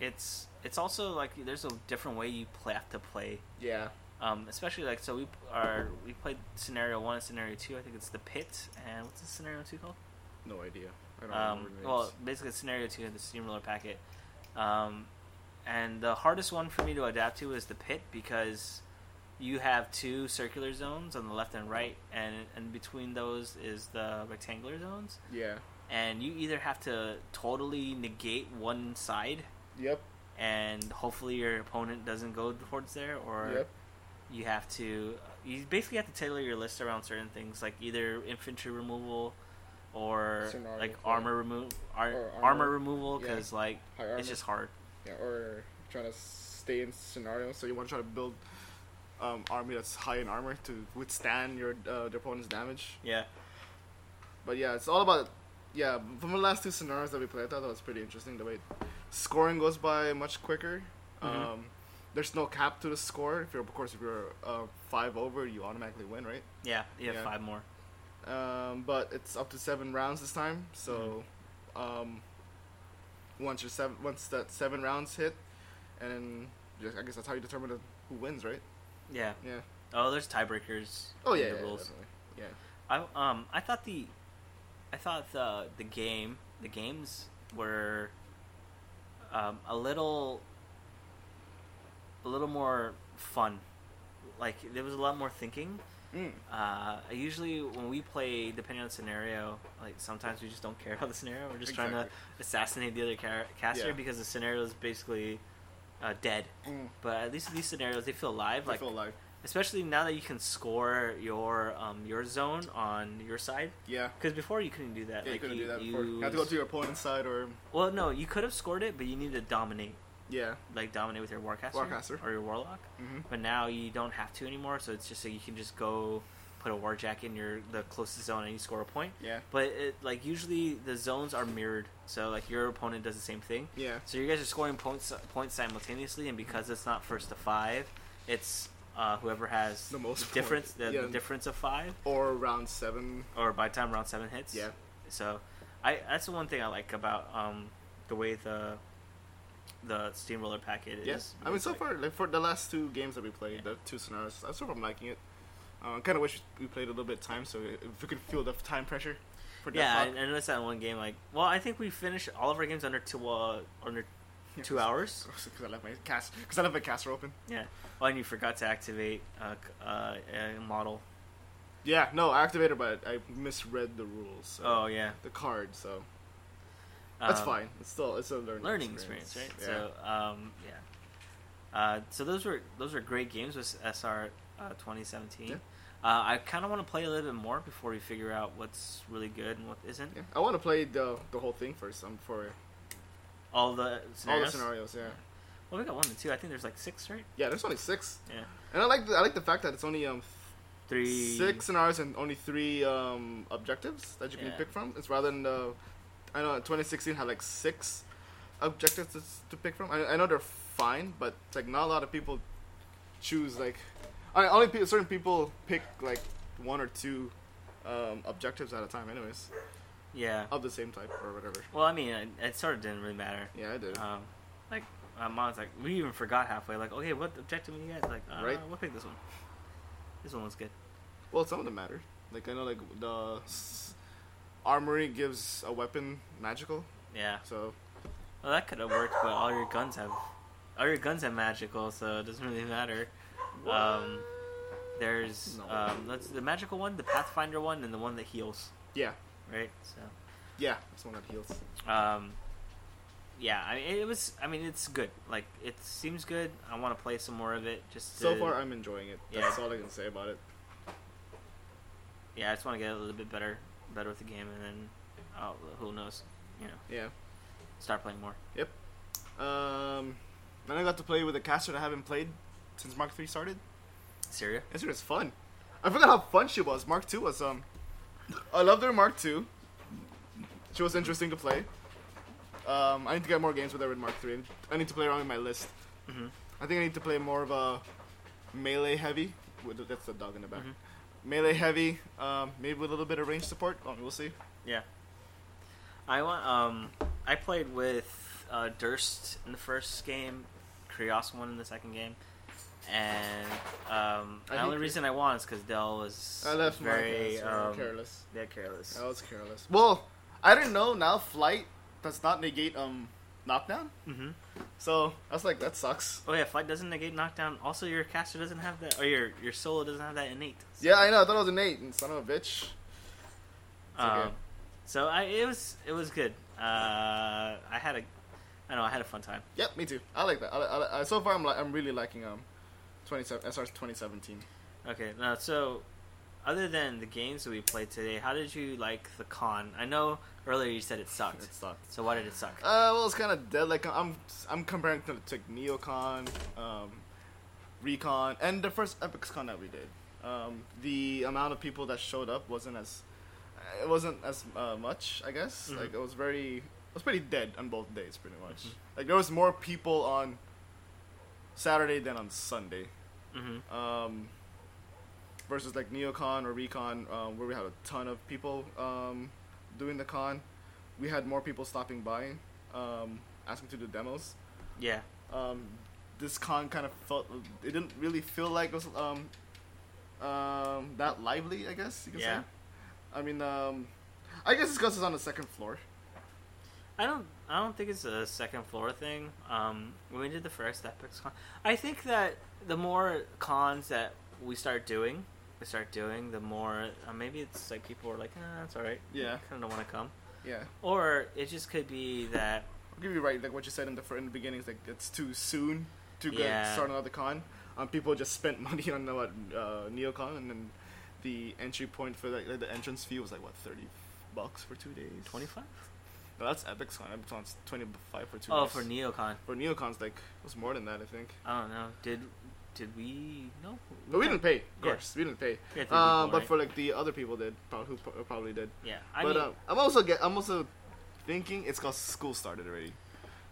A: it's it's also like there's a different way you play, have to play.
B: Yeah.
A: Um, especially like so we p- are we played scenario one and scenario two. I think it's the pit and what's the scenario two called?
B: No idea. I don't
A: Um,
B: remember.
A: well,
B: Well,
A: basically scenario two of the steamroller packet. Um, and the hardest one for me to adapt to is the pit because you have two circular zones on the left and right, and and between those is the rectangular zones.
B: yeah.
A: And you either have to totally negate one side,
B: Yep.
A: and hopefully your opponent doesn't go towards there, or
B: Yep.
A: you have to you basically have to tailor your list around certain things like either infantry removal or
B: Certain army
A: like
B: play.
A: armor removal ar-
B: Or
A: armor.
B: armor.
A: removal
B: Yeah.
A: because like
B: High armor.
A: it's just hard
B: Yeah, or trying to stay in scenario. So you want to try to build um, army that's high in armor to withstand your uh, the opponent's damage.
A: yeah
B: But yeah, it's all about yeah. From the last two scenarios that we played, I thought that was pretty interesting. The way scoring goes by much quicker.
A: Mhm.
B: Um, there's no cap to the score. If you're of course if you're uh, five over, you automatically win, right?
A: yeah you have
B: Yeah.
A: five more
B: Um, but it's up to seven rounds this time. So, um, once your seven, once that seven rounds hit, and then just, I guess that's how you determine the- who wins, right?
A: yeah
B: Yeah.
A: oh there's tiebreakers
B: Oh
A: in
B: yeah.
A: the
B: yeah,
A: rules
B: definitely. Yeah.
A: I um I thought the I thought the the game the games were um, a little a little more fun like there was a lot more thinking
B: Mm.
A: Uh, I usually when we play, depending on the scenario, like sometimes we just don't care about the scenario. We're just trying to assassinate the other car- caster
B: Yeah.
A: because the scenario is basically uh, dead.
B: Mm.
A: But at least these scenarios, they feel alive.
B: I
A: Like
B: feel alive.
A: especially now that you can score your um, your zone on your side,
B: Yeah.
A: because before you couldn't do that.
B: Yeah, you
A: like
B: couldn't
A: you,
B: do that
A: you-
B: before. You have to go to your opponent's side or
A: well, no, you could have scored it, but you need to dominate,
B: yeah.
A: like dominate with your warcaster,
B: Warcaster.
A: or your warlock.
B: hmm
A: But now you don't have to anymore, so it's just so you can just go put a warjack in your the closest zone and you score a point.
B: Yeah.
A: But it, like usually the zones are mirrored, so like your opponent does the same thing.
B: Yeah.
A: So you guys are scoring points points simultaneously, and because it's not first to five, it's uh, whoever has
B: The most
A: difference the,
B: points.
A: the
B: Yeah.
A: difference of five,
B: Or round seven.
A: or by the time round seven hits.
B: Yeah.
A: So, I that's the one thing I like about um, the way the the steamroller packet is.
B: Yes. I mean,
A: It's
B: so
A: like-
B: far, like for the last two games that we played,
A: Yeah.
B: the two scenarios, I so far I'm liking it. Uh, I kind of wish we played a little bit of time, so if we could feel the time pressure. For
A: Yeah, I,
B: Deathlock.
A: I noticed that in one game. Like, well, I think we finished all of our games under two uh, under
B: Yeah,
A: two hours.
B: Because I left my cast, because I left my caster open.
A: Yeah. Well, and you forgot to activate uh, c- uh, a model.
B: Yeah, no, I activated, but I misread the rules. So,
A: Oh yeah,
B: the card. So that's
A: Um,
B: fine. It's still it's a learning,
A: Learning experience, right?
B: Yeah.
A: So, um, yeah. Uh, so those were those were great games with SR uh, 2017.
B: Yeah.
A: Uh, I kind of want to play a little bit more before we figure out what's really good and what isn't.
B: yeah. I want to play the the whole thing first. Um, for
A: All the
B: all
A: scenarios.
B: the scenarios. Yeah,
A: Well, we got one and two. I think there's like six, right?
B: yeah. There's only six,
A: Yeah.
B: and I like the, I like the fact that it's only um
A: Three.
B: six scenarios and only three um objectives that you can
A: Yeah.
B: pick from. It's rather than the I know 2016 had like six objectives to, to pick from. I, I know they're fine, but it's like not a lot of people choose like I only pe- certain people pick like one or two um, objectives at a time, anyways,
A: Yeah.
B: of the same type or whatever.
A: Well, I mean, it, it sort of didn't really matter.
B: Yeah, I did.
A: Um, like, my mom's like, we even forgot halfway. Like, okay, what objective do you guys? Like, uh,
B: Right.
A: we'll pick this one. This one was good.
B: well, some of them matter. Like I know like the s- armory gives a weapon magical,
A: Yeah.
B: so
A: Well, that could have worked, but all your guns have, all your guns have magical, so it doesn't really matter. Um, there's
B: No.
A: um, that's the magical one, the Pathfinder one, and the one that heals,
B: yeah,
A: right? So,
B: yeah, that's one that heals.
A: um, yeah, I mean, it was. I mean, it's good. Like, it seems good. I want to play some more of it. Just
B: So
A: to-
B: far, I'm enjoying it. That's
A: Yeah.
B: all I can say about it.
A: yeah, I just want to get a little bit better, better with the game, and then uh, who knows, you know,
B: Yeah.
A: start playing more.
B: Yep. Um, then I got to play with a caster that I haven't played since Mark Three started.
A: Syria.
B: This was fun. I forgot how fun she was. Mark Two was um, I loved her. in Mark Two. She was interesting to play. Um, I need to get more games with her in Mark Three. I need to play around with my list.
A: Mhm.
B: I think I need to play more of a melee heavy. With that's the dog in the back. Melee heavy. Um, maybe with a little bit of range support. Oh, we'll see.
A: Yeah. I want. Um, I played with uh, Durst in the first game, Krios won in the second game, and um,
B: I
A: the only
B: hate
A: reason I won is because Dell was
B: I left
A: very
B: my hands,
A: um,
B: careless. Oh.
A: Yeah, careless.
B: I was careless. Well, I didn't know now flight does not negate um knockdown.
A: hmm
B: So I was like, that sucks.
A: Oh yeah, flight doesn't negate knockdown. Also, your caster doesn't have that, or your your solo doesn't have that innate.
B: Yeah, I know. I thought it was an eight, and son of a bitch.
A: Um,
B: okay.
A: So I it was it was good. Uh, I had a I don't know I had a fun time.
B: Yep, me too. I like that. I, I, I, so far, I'm like, I'm really liking um, 27 SR 2017.
A: Okay, now so other than the games that we played today, how did you like the con? I know earlier you said it sucked.
B: It sucked.
A: So why did it suck?
B: Uh, well, it's kind of dead. Like I'm, I'm comparing to, to Neocon, um, Recon, and the first Epics Con that we did. Um, the amount of people that showed up wasn't as, it wasn't as uh, much. I guess
A: Mhm.
B: like it was very, it was pretty dead on both days, pretty much. Like there was more people on Saturday than on Sunday.
A: hmm
B: Um, versus like Neocon or Recon, um, where we had a ton of people um, doing the con. We had more people stopping by, um, asking to do demos.
A: Yeah.
B: Um, this con kind of felt it didn't really feel like it was um, um, that lively. I guess you can
A: Yeah.
B: say. I mean, um, I guess it's because it's on the second floor.
A: I don't. I don't think it's a second floor thing. Um, when we did the first Epics Con, I think that the more cons that we start doing, we start doing, the more uh, maybe it's like people are like, ah, that's all right.
B: Yeah.
A: kind of don't want to come.
B: Yeah,
A: Or it just could be that
B: I'll give you right like what you said in the fir- in the beginning. It's like it's too soon to go
A: Yeah.
B: start another con. Um, people just spent money on uh, what uh, neocon, and then the entry point for like, the entrance fee was like what thirty bucks for two days.
A: twenty five.
B: No, that's Epic's con. Epic's con's twenty five for two.
A: Oh,
B: days.
A: for neocon.
B: for neocon's like it was more than that, I think.
A: I don't know. Did did we no?
B: But we didn't pay. Of
A: Yeah.
B: course, we didn't pay.
A: Yeah, I think we
B: Um,
A: did,
B: but
A: right?
B: for like the other people did, prob- who pro- probably did.
A: yeah, I
B: but
A: mean,
B: um, I'm also get, I'm also thinking it's because school started already.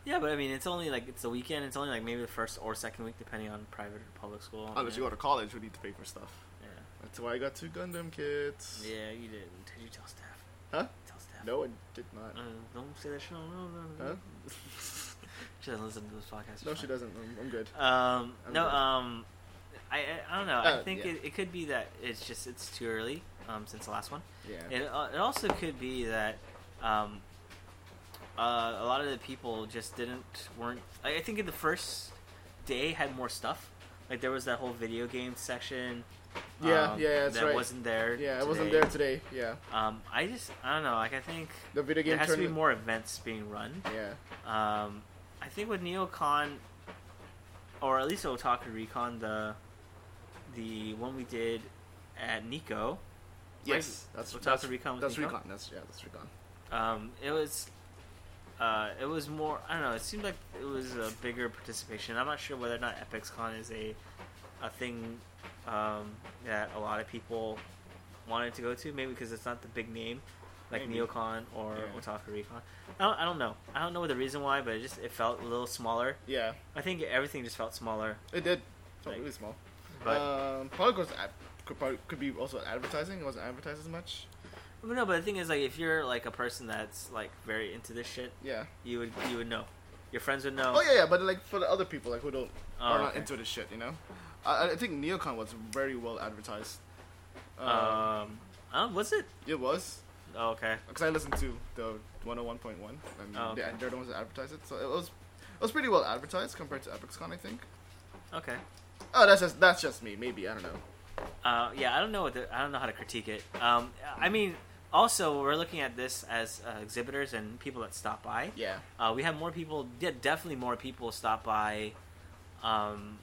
A: yeah, but I mean, it's only like it's the weekend. It's only like maybe the first or second week, depending on private or public school.
B: Unless
A: Oh, yeah.
B: Oh, you go to college, you need to pay for stuff. That's why I got two Gundam kits.
A: Yeah. yeah, you didn't. Did you tell staff?
B: Huh?
A: Tell staff.
B: No, I did
A: Uh,
B: not.
A: don't say that. She don't know. No, no,
B: Huh?
A: no. She doesn't listen to this podcast.
B: No,
A: it's
B: she
A: fine.
B: doesn't. I'm, I'm good.
A: Um,
B: I'm
A: no,
B: good.
A: um, I, I, I don't know. I
B: Uh,
A: think
B: yeah.
A: it, it could be that it's just it's too early. Um, since the last one.
B: Yeah.
A: It, uh, it also could be that um, uh, a lot of the people just didn't weren't. I, I think in the first day had more stuff. Like there was that whole video game section. um,
B: Yeah, yeah, that's
A: that
B: right.
A: wasn't there.
B: Yeah, I wasn't
A: today.
B: there today. Yeah.
A: Um, I just I don't know. Like I think
B: The video game
A: there has to be
B: tournament.
A: more events being run.
B: yeah.
A: Um, I think with Neocon, or at least Otaku Recon, the the one we did at Nico.
B: Yes, that's
A: Otaku
B: that's
A: Recon with
B: That's
A: Nico?
B: recon. That's yeah. That's recon.
A: um, it was uh, it was more I don't know it seemed like it was a bigger participation I'm not sure whether or not EpicsCon is a a thing um, that a lot of people wanted to go to maybe because it's not the big name like
B: Maybe.
A: Neocon or
B: Yeah.
A: Otaku Recon I don't, I don't know I don't know the reason why but it just it felt a little smaller
B: Yeah,
A: I think everything just felt smaller
B: it did. Felt
A: Like-
B: really small.
A: but
B: um, probably 'cause ad- could probably could be also advertising. It wasn't advertised as much.
A: Well, no but the thing is like if you're like a person that's like very into this shit
B: Yeah.
A: you would you would know your friends would know
B: Oh yeah, yeah. But like for the other people, like who don't
A: Oh,
B: are not
A: okay.
B: into this shit, you know. I, I think Neocon was very well advertised. Um,
A: um, um was it
B: it was.
A: Oh, okay.
B: because I listened to the 101.1 and
A: Oh, okay.
B: they, they're the ones that advertise it, so it was it was pretty well advertised compared to EpicsCon, I think.
A: Okay.
B: Oh, that's just that's just me. Maybe I don't know.
A: Uh, yeah, I don't know what the, I don't know how to critique it. Um, I mean, also we're looking at this as uh, exhibitors and people that stop by.
B: Yeah,
A: Uh, we have more people. Yeah, definitely more people stop by. Um,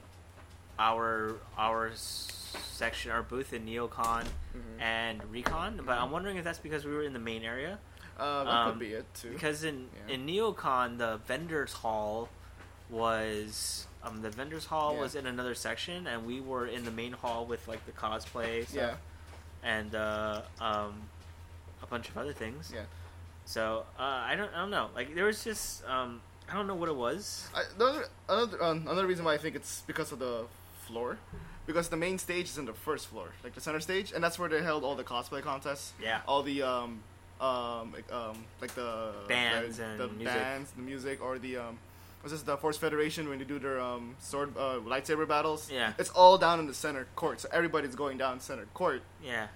A: our our s- section, our booth in Neocon
B: Mm-hmm.
A: and Recon, but I'm wondering if that's because we were in the main area.
B: uh, that
A: Um,
B: could be it too.
A: Because in
B: Yeah.
A: in Neocon, the vendors hall was um, the vendors hall
B: Yeah.
A: was in another section, and we were in the main hall with like the cosplay stuff
B: yeah,
A: and uh, um, a bunch of other things.
B: yeah.
A: So uh, I don't I don't know. Like there was just um, I don't know what it was.
B: I, the other, another um, another reason why I think it's because of the floor, because the main stage is in the first floor, like the center stage, and that's where they held all the cosplay contests.
A: Yeah.
B: All the um, um, like, um, like the
A: Bands
B: the,
A: and
B: the
A: music.
B: bands, the music, or the um, was this the Force Federation when they do their um sword uh, lightsaber battles?
A: Yeah.
B: it's all down in the center court, so everybody's going down center court,
A: Yeah.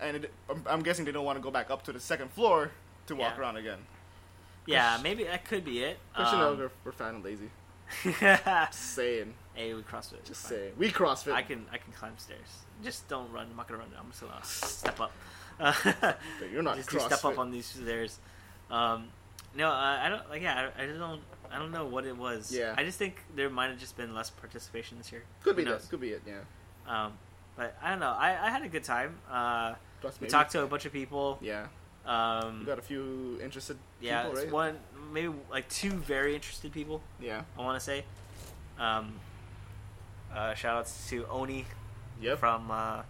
B: and it, I'm, I'm guessing they don't want to go back up to the second floor to walk
A: Yeah.
B: around again.
A: Yeah, maybe that could be it.
B: Christian
A: Um,
B: we're, we're fat and lazy.
A: hey,
B: Saying,
A: we crossed it.
B: just
A: Fine.
B: saying, we CrossFit.
A: I can I can climb stairs. Just don't run. I'm not gonna run. I'm just gonna step up. Uh,
B: You're not
A: just do
B: CrossFit.
A: step up on these stairs. Um, no, uh, I don't. Like, yeah, I, I just don't. I don't know what it was.
B: Yeah.
A: I just think there might have just been less participation this year.
B: could
A: Who
B: be
A: knows?
B: that. Could be it. Yeah.
A: Um, but I don't know. I, I had a good time. Uh,
B: Plus,
A: we
B: maybe-
A: talked to a bunch of people.
B: Yeah,
A: Um,
B: we got a few interested
A: yeah,
B: people,
A: it's
B: right?
A: one maybe like two very interested people.
B: Yeah.
A: I want to say. Um, uh, shout outs to Oni
B: Yep.
A: from uh,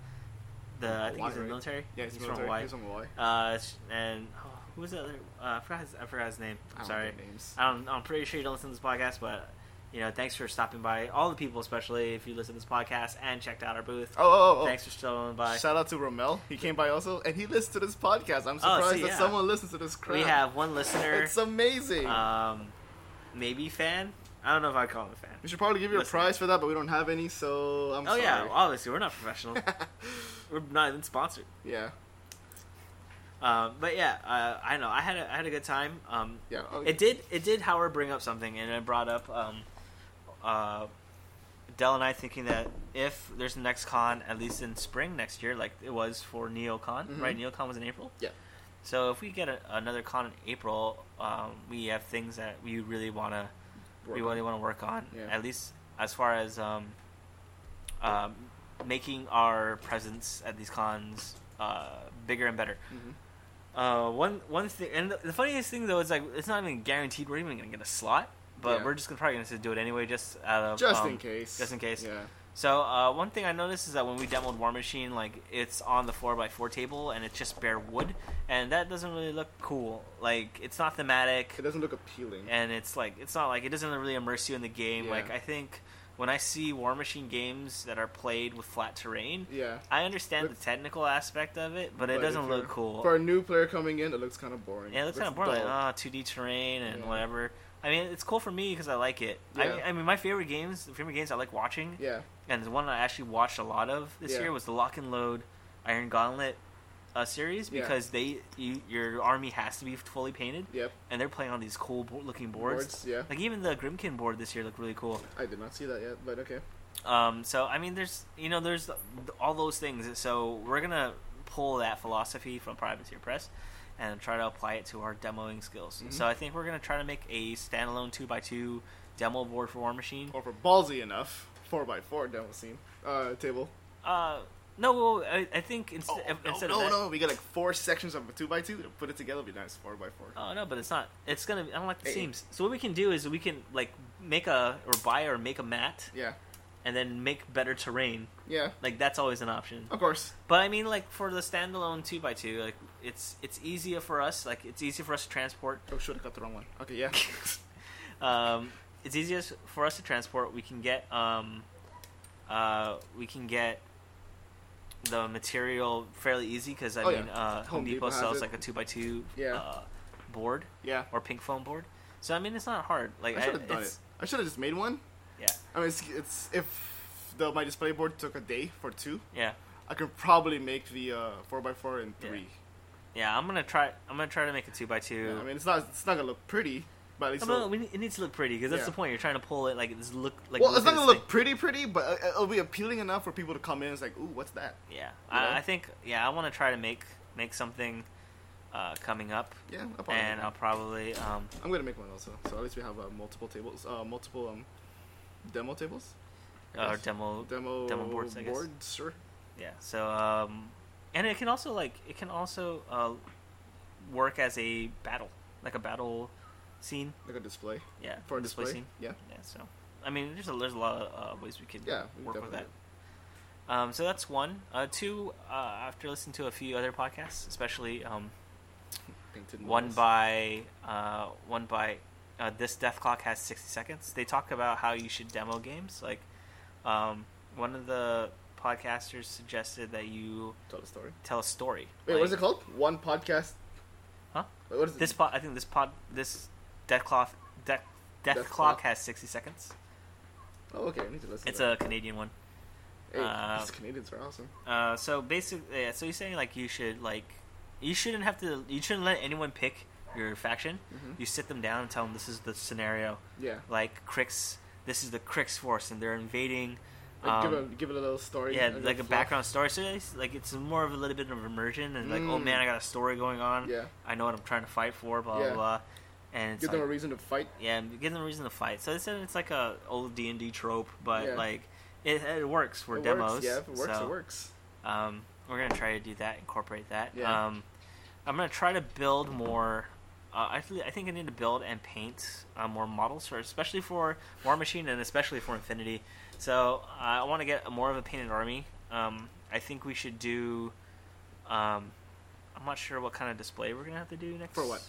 A: the I think he's in
B: Hawaii,
A: the
B: right?
A: military.
B: yeah, he's,
A: from
B: military.
A: Hawaii.
B: He's from Hawaii.
A: Uh, sh- and oh, who was the other? Uh, I forgot his, I forgot his name.
B: I
A: I'm
B: don't
A: sorry.
B: know their names.
A: I don't, I'm pretty sure you don't listen to this podcast, but you know, thanks for stopping by. All the people, especially if you listen to this podcast and checked out our booth.
B: Oh, oh, oh, oh.
A: Thanks for stopping by.
B: Shout out to Romel. He came by also, and he listens to this podcast. I'm surprised
A: Oh, see,
B: that
A: yeah.
B: someone listens to this crap.
A: we have one listener,
B: It's amazing.
A: um, maybe fan. I don't know if I call him a fan.
B: we should probably give you a
A: listen.
B: prize for that, but we don't have any, so I'm
A: oh
B: sorry.
A: yeah, obviously we're not professional. we're not even sponsored.
B: yeah,
A: Um, but yeah, uh, I know I had a, I had a good time. Um,
B: yeah. Oh,
A: It did. It did, however, bring up something, and it brought up um, uh, Dell and I thinking that if there's the next con, at least in spring next year, like it was for NeoCon,
B: Mhm.
A: right? NeoCon was in April.
B: Yeah.
A: So if we get a, another con in April, um, we have things that we really want to we
B: Work.
A: really want to work on.
B: Yeah.
A: At least as far as um, um, making our presence at these cons uh, bigger and better.
B: Mhm.
A: Uh, one one thing, and the, the funniest thing though is like it's not even guaranteed we're even gonna get a slot, but
B: Yeah.
A: we're just gonna probably gonna do it anyway, just out of
B: Just
A: um,
B: in case.
A: Just in case.
B: Yeah.
A: So uh, one thing I noticed is that when we demoed War Machine, like it's on the four by four table and it's just bare wood, and that doesn't really look cool. Like it's not thematic,
B: It doesn't look appealing.
A: and it's like it's not like it doesn't really immerse you in the game.
B: Yeah.
A: Like I think when I see War Machine games that are played with flat terrain.
B: Yeah.
A: I understand
B: But-
A: the technical aspect of it, but it
B: But
A: doesn't
B: if
A: look
B: you're-
A: cool.
B: For a new player coming in, it looks kind of boring.
A: Yeah, it looks kind of boring. Like,
B: dull.
A: ah, 2D terrain and
B: Yeah.
A: whatever. I mean, it's cool for me because I like it. I,
B: Yeah.
A: mean, I mean, my favorite games, the favorite games I like watching,
B: yeah.
A: and the one I actually watched a lot of this
B: Yeah.
A: year was the Lock and Load Iron Gauntlet uh, series
B: Yeah.
A: because they you, your army has to be fully painted,
B: Yep.
A: and they're playing on these cool bo- looking boards.
B: Boards, yeah.
A: Like even the Grimkin board this year looked really cool.
B: I did not see that yet, but okay.
A: Um, so I mean, there's you know, there's all those things. So we're gonna pull that philosophy from Privateer Press and try to apply it to our demoing skills.
B: Mhm.
A: So I think we're gonna try to make a standalone two x two demo board for War Machine.
B: Or for ballsy enough, four by four demo scene uh, table.
A: Uh, no, well, I, I think
B: Oh,
A: instead
B: no,
A: instead
B: no,
A: of that,
B: no, we got like four sections of a two by two. To put it together, it'd be nice. Four by four.
A: Oh no, but it's not. It's gonna. I don't like the
B: Hey.
A: seams. So what we can do is we can like make a or buy or make a mat
B: yeah,
A: and then make better terrain.
B: yeah,
A: Like that's always an option.
B: of course.
A: But I mean, like for the standalone two x two, like it's it's easier for us. Like it's easier for us to transport.
B: Oh, should have got the wrong one. Okay, yeah,
A: Um, it's easiest for us to transport. We can get um, uh, we can get the material fairly easy because I
B: Oh,
A: mean,
B: yeah.
A: uh, Home
B: Home
A: Depot,
B: Depot has
A: sells
B: it.
A: like a two by two
B: Yeah.
A: uh, board
B: yeah.
A: or pink foam board. So I mean, it's not hard. Like
B: I should have done it.
A: it's-
B: I should have just made one.
A: Yeah,
B: I mean, it's, it's if the, my display board took a day for two,
A: yeah,
B: I could probably make the uh, four by four in
A: Yeah.
B: three.
A: yeah. I'm gonna try. I'm gonna try to make a two by two.
B: Yeah, I mean, it's not it's not gonna look pretty, but at least
A: I'm
B: it'll-
A: gonna- we need- it needs to look pretty because that's
B: Yeah.
A: the point. You're trying to pull it like it's look like.
B: well, it's
A: at
B: not gonna
A: this
B: look pretty, pretty, but uh, it'll be appealing enough for people to come in. It's like, ooh, what's that?
A: thing. Yeah,
B: you know?
A: I, I think. Yeah, I want to try to make make something uh, coming up,
B: Yeah, I'll probably
A: and
B: make
A: I'll probably um,
B: one. I'm gonna make one also. So at least we have uh, multiple tables, uh, multiple um, demo tables,
A: uh,
B: Yes.
A: demo.
B: demo
A: Demo boards, I guess.
B: boards, sure.
A: Yeah. So, um, and it can also like it can also uh, work as a battle, like a battle scene.
B: Like a display
A: Yeah,
B: for a display.
A: scene.
B: Yeah,
A: Yeah, so I mean, there's a, there's a lot of uh, ways we could
B: Yeah, we
A: work with that.
B: definitely-
A: Um, so that's one. Uh, two, uh, after listening to a few other podcasts, especially um,
B: painted.
A: one
B: walls.
A: by uh, one by uh, this Death Clock has 60 seconds. They talk about how you should demo games. Like um, one of the podcasters suggested that you
B: Tell the story.
A: tell a story.
B: Wait,
A: like,
B: what is it called? One podcast. Wait, what is
A: This
B: it?
A: pod, I think this pod, this death cloth, death, death,
B: Death
A: clock,
B: Clock?
A: has sixty seconds.
B: Oh, okay. I need to listen.
A: It's
B: to
A: a Canadian one.
B: that. Hey,
A: uh,
B: these Canadians are awesome.
A: Uh, so basically, yeah, so you're saying like you should like, you shouldn't have to, you shouldn't let anyone pick your faction.
B: Mhm.
A: You sit them down and tell them this is the scenario.
B: Yeah.
A: Like Crix, this is the Crix force, and they're invading.
B: Like, give
A: um,
B: a give it a little story.
A: yeah,
B: little
A: like a
B: fluff.
A: background story. So it's, like it's more of a little bit of immersion and like, oh
B: Mm.
A: man, I got a story going on.
B: Yeah.
A: I know what I'm trying to fight for. Blah
B: Yeah.
A: blah blah. And it's
B: Give them
A: like-
B: a reason to fight.
A: yeah, and give them a reason to fight. So it's it's like a old D and D trope, but
B: Yeah.
A: like it, it works for
B: It
A: demos.
B: Works. Yeah, if it works,
A: so,
B: it works.
A: Um, we're gonna try to do that, incorporate that.
B: Yeah.
A: Um, I'm gonna try to build more. Uh, I feel- I think I need to build and paint uh, more models for, especially for War Machine and especially for Infinity. So uh, I want to get more of a painted army. Um, I think we should do. Um, I'm not sure what kind of display we're gonna have to do next.
B: For what?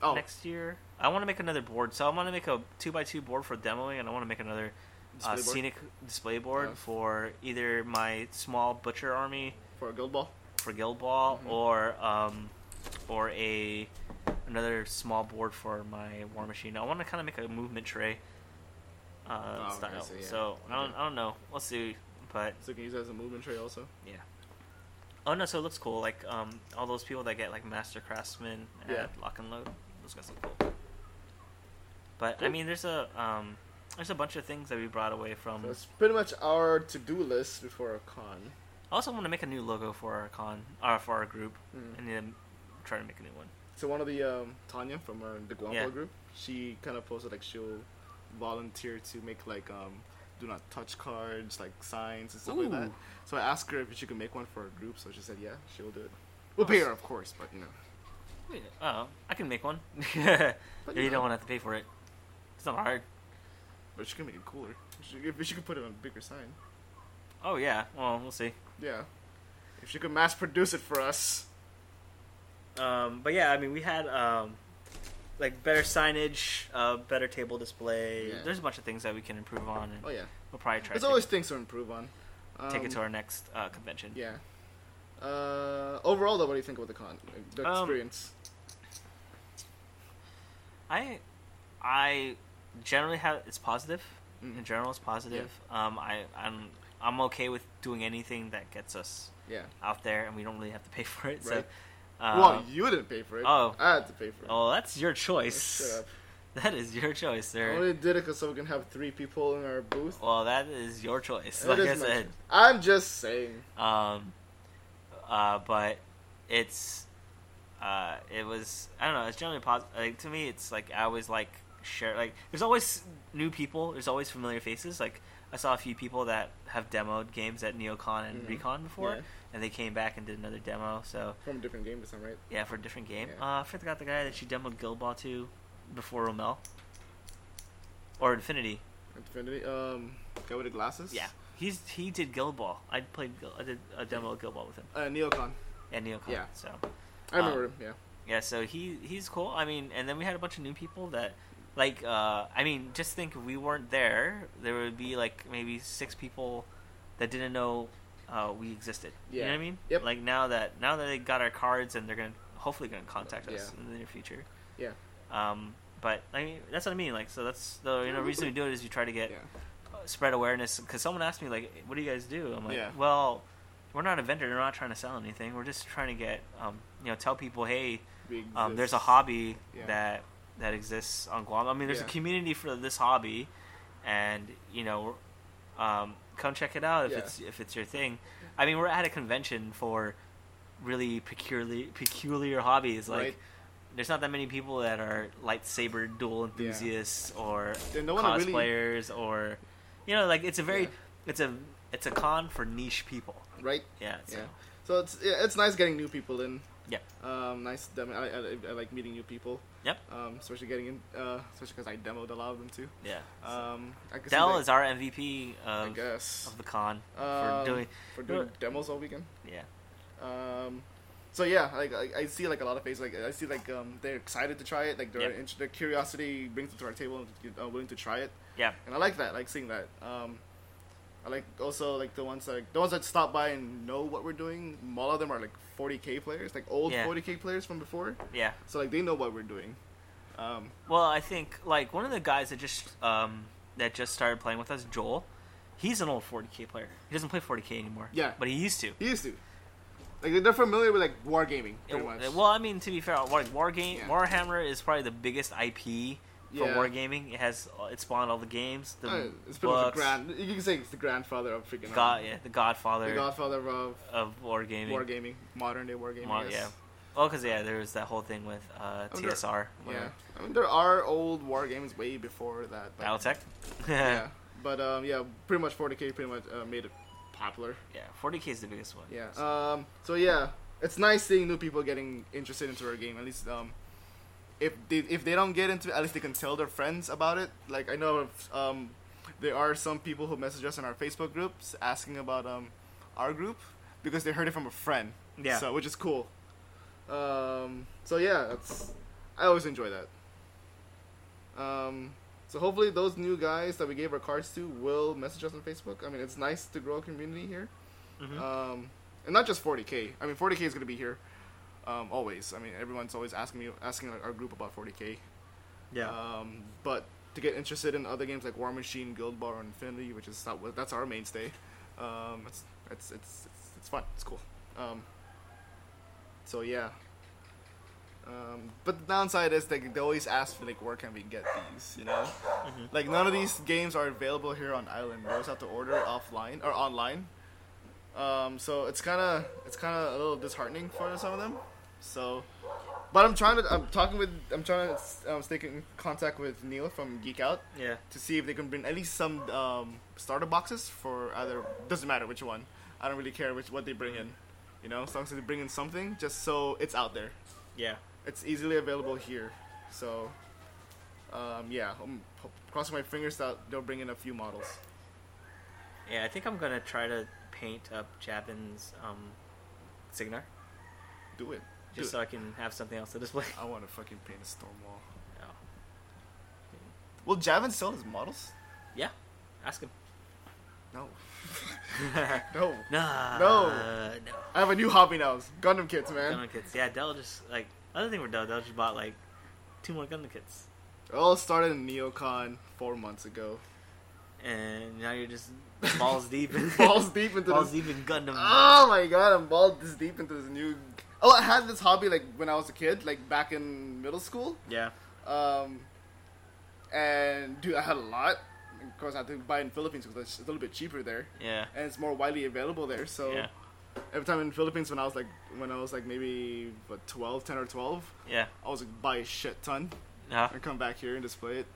B: Oh,
A: next year. I want to make another board, so I want to make a two by two board for demoing, and I want to make another
B: display
A: uh,
B: board Oh.
A: scenic display board
B: Yeah.
A: for either my small butcher army
B: for a guild ball.
A: for Guild Ball,
B: Mhm.
A: or um, or a another small board for my War Machine. I want to kind of make a movement tray
B: Oh,
A: uh,
B: okay,
A: style.
B: so,
A: So,
B: yeah.
A: I don't
B: Okay.
A: I don't know. We'll see, but
B: So you can use that as a movement tray also.
A: yeah. Oh no! So it looks cool. Like um, all those people that get like master craftsmen at
B: Yeah.
A: lock and load. Those guys look cool. But I
B: Cool.
A: mean, there's a um, there's a bunch of things that we brought away from.
B: So it's pretty much our to-do list before a con.
A: I also want to make a new logo for our con, uh, for our group.
B: Mm.
A: I need to try to make a new one.
B: So one of the um, Tanya from our, the Guambo
A: Yeah.
B: group, she kind of posted like she'll volunteer to make like um, do not touch cards, like signs and stuff like that.
A: Ooh.
B: So I asked her if she could make one for our group. So she said, yeah, she'll do it. We'll pay her, of course, but you know.
A: Wait, Oh, I can make one. you,
B: you know.
A: don't want to have to pay for it. It's not hard.
B: But she could make it cooler. She, if she could put it on a bigger sign.
A: Oh yeah. Well, we'll see.
B: Yeah. If she could mass produce it for us.
A: Um, but yeah, I mean, we had um, like better signage, uh, better table display.
B: Yeah.
A: There's a bunch of things that we can improve on, and
B: Oh yeah.
A: we'll probably try.
B: There's
A: to
B: always things to improve on. Um,
A: take it to our next uh, convention.
B: Yeah. Uh, overall, though, what do you think about the con, the
A: Um,
B: experience?
A: I, I generally have it's positive.
B: Mm-hmm. Mm.
A: In general, it's positive. Um, I I'm I'm okay with doing anything that gets us
B: Yeah.
A: out there, and we don't really have to pay for it.
B: Right.
A: So, um,
B: well, you didn't pay for it.
A: oh.
B: I had to pay for it.
A: oh, that's your
B: Oh,
A: choice.
B: shut up.
A: That is your choice,
B: I
A: sir.
B: only did Oh, it because so we can have three people in our booth.
A: Well, that is your choice.
B: That
A: Oh, Like I
B: is my
A: said,
B: choice. I'm just saying.
A: um, uh, but it's uh, it was I don't know. It's generally positive. Like to me, it's like I always like share. Like there's always new people. There's always familiar faces. Like I saw a few people that have demoed games at NeoCon and
B: Mhm.
A: Recon before,
B: Yeah.
A: and they came back and did another demo. So
B: From a different game this time, right?
A: yeah, for a different game.
B: Yeah.
A: Uh, I forgot the guy that she demoed Guild Ball to before Romel or Infinity.
B: Infinity. Um, guy with the glasses.
A: Yeah, he's he did Guild Ball. I played Guild- I did a demo of Guild Ball with him
B: Uh, Neocon.
A: and Neocon.
B: Yeah.
A: So
B: I
A: Um,
B: remember him. Yeah.
A: yeah, so he he's cool. I mean, and then we had a bunch of new people that like uh I mean, just think if we weren't there, there would be like maybe six people that didn't know uh, we existed. You know
B: Yeah.
A: what I mean?
B: Yep.
A: Like now that now that they got our cards and they're gonna hopefully gonna contact us
B: Yeah.
A: in the near future.
B: Yeah.
A: Um, but I mean that's what I mean. Like so that's the you know reason we do it is we try to get
B: Yeah.
A: spread awareness because someone asked me like what do you guys do i'm like
B: Yeah.
A: well we're not a vendor we're not trying to sell anything we're just trying to get um, you know tell people hey
B: We
A: um, there's a
B: exist.
A: hobby
B: Yeah.
A: that that exists on guam i mean there's
B: Yeah.
A: a community for this hobby and you know um, come check it out if
B: Yeah.
A: it's if it's your thing i mean we're at a convention for really peculiar peculiar hobbies like
B: Right.
A: There's not that many people that are lightsaber duel enthusiasts or
B: Yeah, no one that really-
A: cosplayers or you know like it's a very
B: Yeah.
A: it's a it's a con for niche people
B: Right.
A: yeah so
B: Yeah. So it's yeah, it's nice getting new people in.
A: Yep.
B: Um, nice demo. I, I, I like meeting new people.
A: Yep.
B: Um, especially getting in, uh, especially because I demoed a lot of them too.
A: yeah
B: Um, I guess
A: dell is our mvp
B: I
A: of,
B: guess
A: of the con
B: Um,
A: for doing
B: for doing demos all weekend.
A: yeah
B: Um, so yeah, like I, I see like a lot of faces. Like I see like um, they're excited to try it. Like their
A: Yep.
B: int- their curiosity brings them to our table and uh, willing to try it.
A: yeah
B: And I like that. I like seeing that. Um, I like also like the ones that like, the ones that stop by and know what we're doing. A lot of them are like 40k players, like old
A: Yeah.
B: 40k players from before.
A: Yeah.
B: So like they know what we're doing. Um,
A: Well, I think like one of the guys that just um, that just started playing with us, Joel. He's an old 40k player. He doesn't play 40k anymore.
B: Yeah.
A: but he used to.
B: he used to. Like they're familiar with like wargaming, pretty much.
A: It- well, I mean, to be fair, like Wargame,
B: Yeah.
A: Warhammer is probably the biggest IP for
B: Yeah.
A: wargaming. It has it spawned all the games, the
B: Uh, it's pretty much
A: books,
B: the grand. You can say it's the grandfather of freaking
A: God,
B: um,
A: yeah, the Godfather
B: the godfather of
A: of wargaming.
B: wargaming, modern day wargaming.
A: Mo-
B: yes.
A: yeah. Well, because yeah, there was that whole thing with uh,
B: Oh, there-
A: TSR,
B: Yeah,
A: whatever.
B: I mean there are old war games way before that. but-
A: Battletech.
B: yeah, but um, yeah, pretty much 40k pretty much uh, made it popular.
A: yeah, 40k is the biggest one.
B: Yeah. Um. So yeah, it's nice seeing new people getting interested into our game. At least um, if they if they don't get into, it, at least they can tell their friends about it. Like I know of um, there are some people who message us in our Facebook groups asking about um, our group because they heard it from a friend.
A: Yeah.
B: So which is cool. Um. So yeah, that's I always enjoy that. Um. So hopefully those new guys that we gave our cards to will message us on Facebook. I mean, it's nice to grow a community here.
A: Mhm.
B: Um, and not just 40k. I mean, 40k is going to be here um, always. I mean, everyone's always asking me, asking our group about 40k. Um, but to get interested in other games like War Machine, Guild Bar, and Infinity, which is not, that's our mainstay. Um, it's, it's it's it's it's fun. It's cool. Um, so yeah. Um, but the downside is they, they always ask for like where can we get these, you know? Like none of these games are available here on island. We always have to order offline or online. Um, so it's kind of it's kind of a little disheartening for some of them. So, but I'm trying to I'm talking with I'm trying to um, stay in contact with Neil from Geek Out
A: yeah,
B: to see if they can bring at least some um, starter boxes for either doesn't matter which one. I don't really care which what they bring in. You know, as long as they bring in something, just so it's out there
A: yeah.
B: it's easily available here. So, um, yeah, I'm p- crossing my fingers that they'll bring in a few models.
A: Yeah, I think I'm gonna try to paint up Japan's um, Signar
B: Do it. Do
A: just
B: it.
A: so I can have something else to display.
B: I want to fucking paint a storm wall.
A: Oh.
B: Will Javin sell his models?
A: Yeah, ask him.
B: No.
A: no,
B: No.
A: no, no.
B: I have a new hobby now. It's Gundam kits, man.
A: Gundam kits. Yeah, Dell just like other thing we're done. Dell just bought like two more Gundam kits,
B: It all started in Neocon four months ago.
A: and now you're just balls deep, in,
B: Balls deep into
A: balls
B: this.
A: deep in Gundam.
B: Oh my god, I'm balled this deep into this new. Oh, I had this hobby like when I was a kid, like back in middle school.
A: yeah,
B: Um, and dude, I had a lot. Of course, I had to buy in Philippines because it's a little bit cheaper there,
A: yeah,
B: and it's more widely available there. So
A: yeah,
B: every time in Philippines, when I was like, when I was like maybe what 12, 10 or twelve,
A: yeah. Uh-huh.
B: I was like buy a shit ton
A: No.
B: and come back here and display it.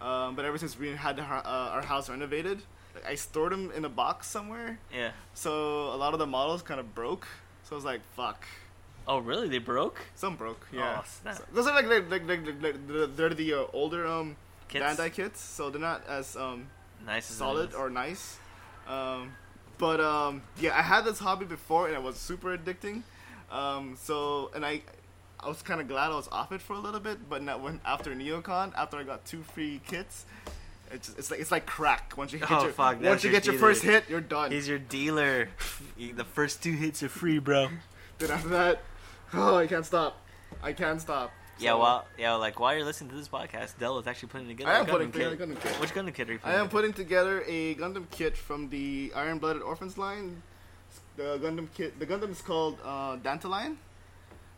B: Um, but ever since we had our, uh, our house renovated, like, I stored them in a box somewhere.
A: Yeah.
B: So a lot of the models kind of broke. So I was like, fuck.
A: Oh, really? They broke?
B: Some broke, yeah.
A: Oh, snap.
B: So- those are like, like, like, like, like, like they're- they're the uh, older um
A: Kits?
B: Bandai kits, so they're not as um
A: Nice. as it
B: solid
A: is.
B: or nice. Um, but um yeah, I had this hobby before and it was super addicting. Um, so and I I was kind of glad I was off it for a little bit, but not when after Neocon, after I got two free kits, it's just, it's like it's like crack. Once you hit
A: Oh,
B: your
A: fuck,
B: once
A: that's
B: you
A: your
B: get your first
A: dealer.
B: hit, you're done.
A: He's your dealer. You- the first two hits are free, bro.
B: Then after that, oh, I can't stop. I can't stop.
A: Yeah,
B: So-
A: well, yeah, like while you're listening to this podcast, Dell is actually putting together.
B: I
A: a
B: am
A: Gundam
B: putting
A: kit.
B: together a Gundam kit.
A: Which Gundam kit are you
B: I
A: putting?
B: am
A: together?
B: putting together a Gundam kit from the Iron Blooded Orphans line. The Gundam kit, the Gundam is called uh, Dantaline.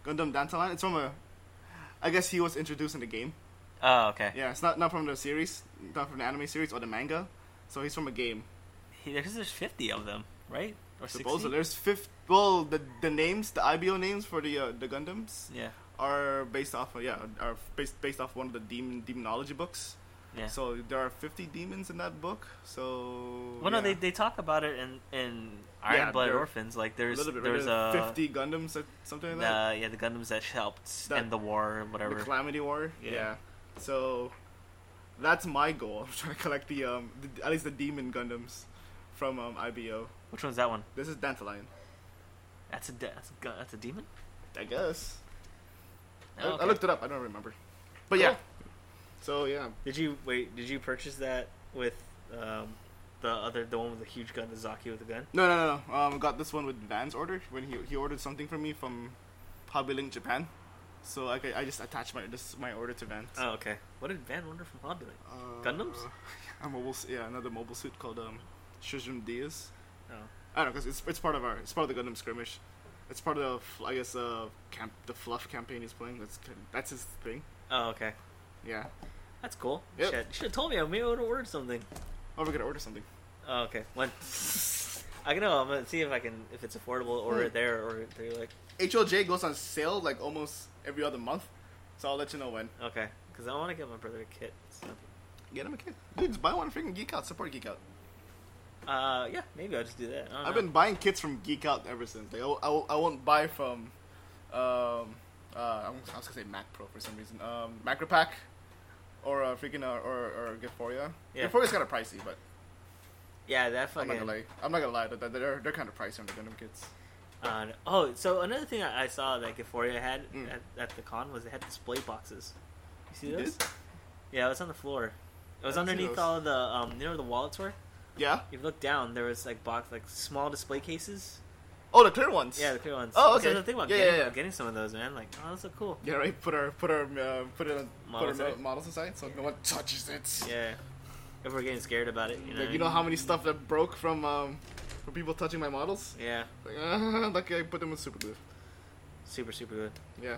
B: Gundam Dantaline. It's from a, I guess he was introduced in the game.
A: Oh, okay.
B: Yeah, it's not not from the series, not from the anime series or the manga. So he's from a game.
A: He, there's there's 50 of them, right? Or 60?
B: Supposedly, there's fifth. Well, the the names, the IBO names for the uh, the Gundams
A: Yeah.
B: are based off. Of, yeah, are based based off one of the demon demonology books.
A: Yeah.
B: So there are 50 demons in that book. So
A: well, no,
B: Oh, yeah.
A: they, they talk about it in in Iron
B: Yeah,
A: Blood
B: there-
A: Orphans. Like there's
B: a little bit
A: there's
B: right?
A: a
B: 50 Gundams or something like that.
A: uh, yeah the Gundams that helped
B: That-
A: end the war, whatever.
B: The Calamity War.
A: Yeah.
B: Yeah. So that's my goal. I'm trying to collect the um the, at least the demon Gundams from um IBO.
A: Which one's that one?
B: This is Dandelion.
A: That's a de- that's a, gu- that's a demon.
B: I guess.
A: Oh,
B: I, I
A: okay.
B: looked it up. I don't remember. But
A: Cool.
B: yeah. So yeah.
A: Did you wait? Did you purchase that with um, the other the one with the huge gun, the Zaki with the gun.
B: No, no, no. no. Um, got this one with Van's order when he he ordered something from me from Hobby Link Japan. So I, I just attached my this my order to Van's.
A: Oh, okay. What did Van Wonder from Hobby Link?
B: Uh,
A: Gundams?
B: A mobile, s- yeah, another mobile suit called um, Shujum Diaz.
A: Oh,
B: I don't know, cause it's it's part of our it's part of the Gundam skirmish. It's part of I guess uh camp the fluff campaign he's playing. That's kind of- that's his thing.
A: oh okay.
B: Yeah.
A: That's cool.
B: Yep.
A: Shit, you should have told me. I maybe I would have ordered something.
B: Oh, we're gonna order something.
A: Oh, okay. When I can know, I'm gonna see if I can if it's affordable or
B: Hmm.
A: there or they're like
B: HLJ goes on sale like almost every other month, so I'll let you know when.
A: okay because I want to get my brother a kit. So.
B: Get him a kit, dude. Just buy one freaking Geek Out. Support Geek Out.
A: Uh, yeah, maybe I'll just do that. I don't
B: I've
A: know.
B: been buying kits from Geek Out ever since. Like I, won't- I, won't- I won't buy from, um, uh, I was I was gonna say Mac Pro for some reason. Um, Macro Pack, or uh, freaking uh, or or Giforia.
A: Yeah.
B: Giforia's kind of pricey, but
A: yeah that
B: I'm
A: fucking.
B: not gonna lie. I'm not gonna lie. They're they're, they're kind of pricey on the Gundam kits.
A: Uh, oh, so another thing I, I saw that Euphoria had
B: Mm.
A: at, at the con was they had display boxes. You see
B: You
A: those?
B: did?
A: Yeah, it was on the floor. It was
B: I didn't see
A: underneath
B: those.
A: all the um, you know where the wallets were.
B: Yeah.
A: If you look down, there was like box like small display cases.
B: Oh, the clear ones.
A: Yeah, the clear ones.
B: Oh,
A: That's
B: okay.
A: the thing about
B: Yeah,
A: getting,
B: yeah, yeah.
A: getting some of those, man. Like, oh, those are cool.
B: Yeah. Right. Put our put our uh, put it on
A: Models
B: put our
A: aside.
B: models aside, so no one touches it.
A: Yeah. If we're getting scared about it, you know.
B: Like,
A: what
B: you
A: I
B: know
A: mean?
B: how many stuff that broke from um, from people touching my models?
A: Yeah.
B: Like, uh, lucky I put them with super glue.
A: Super, super good.
B: Yeah.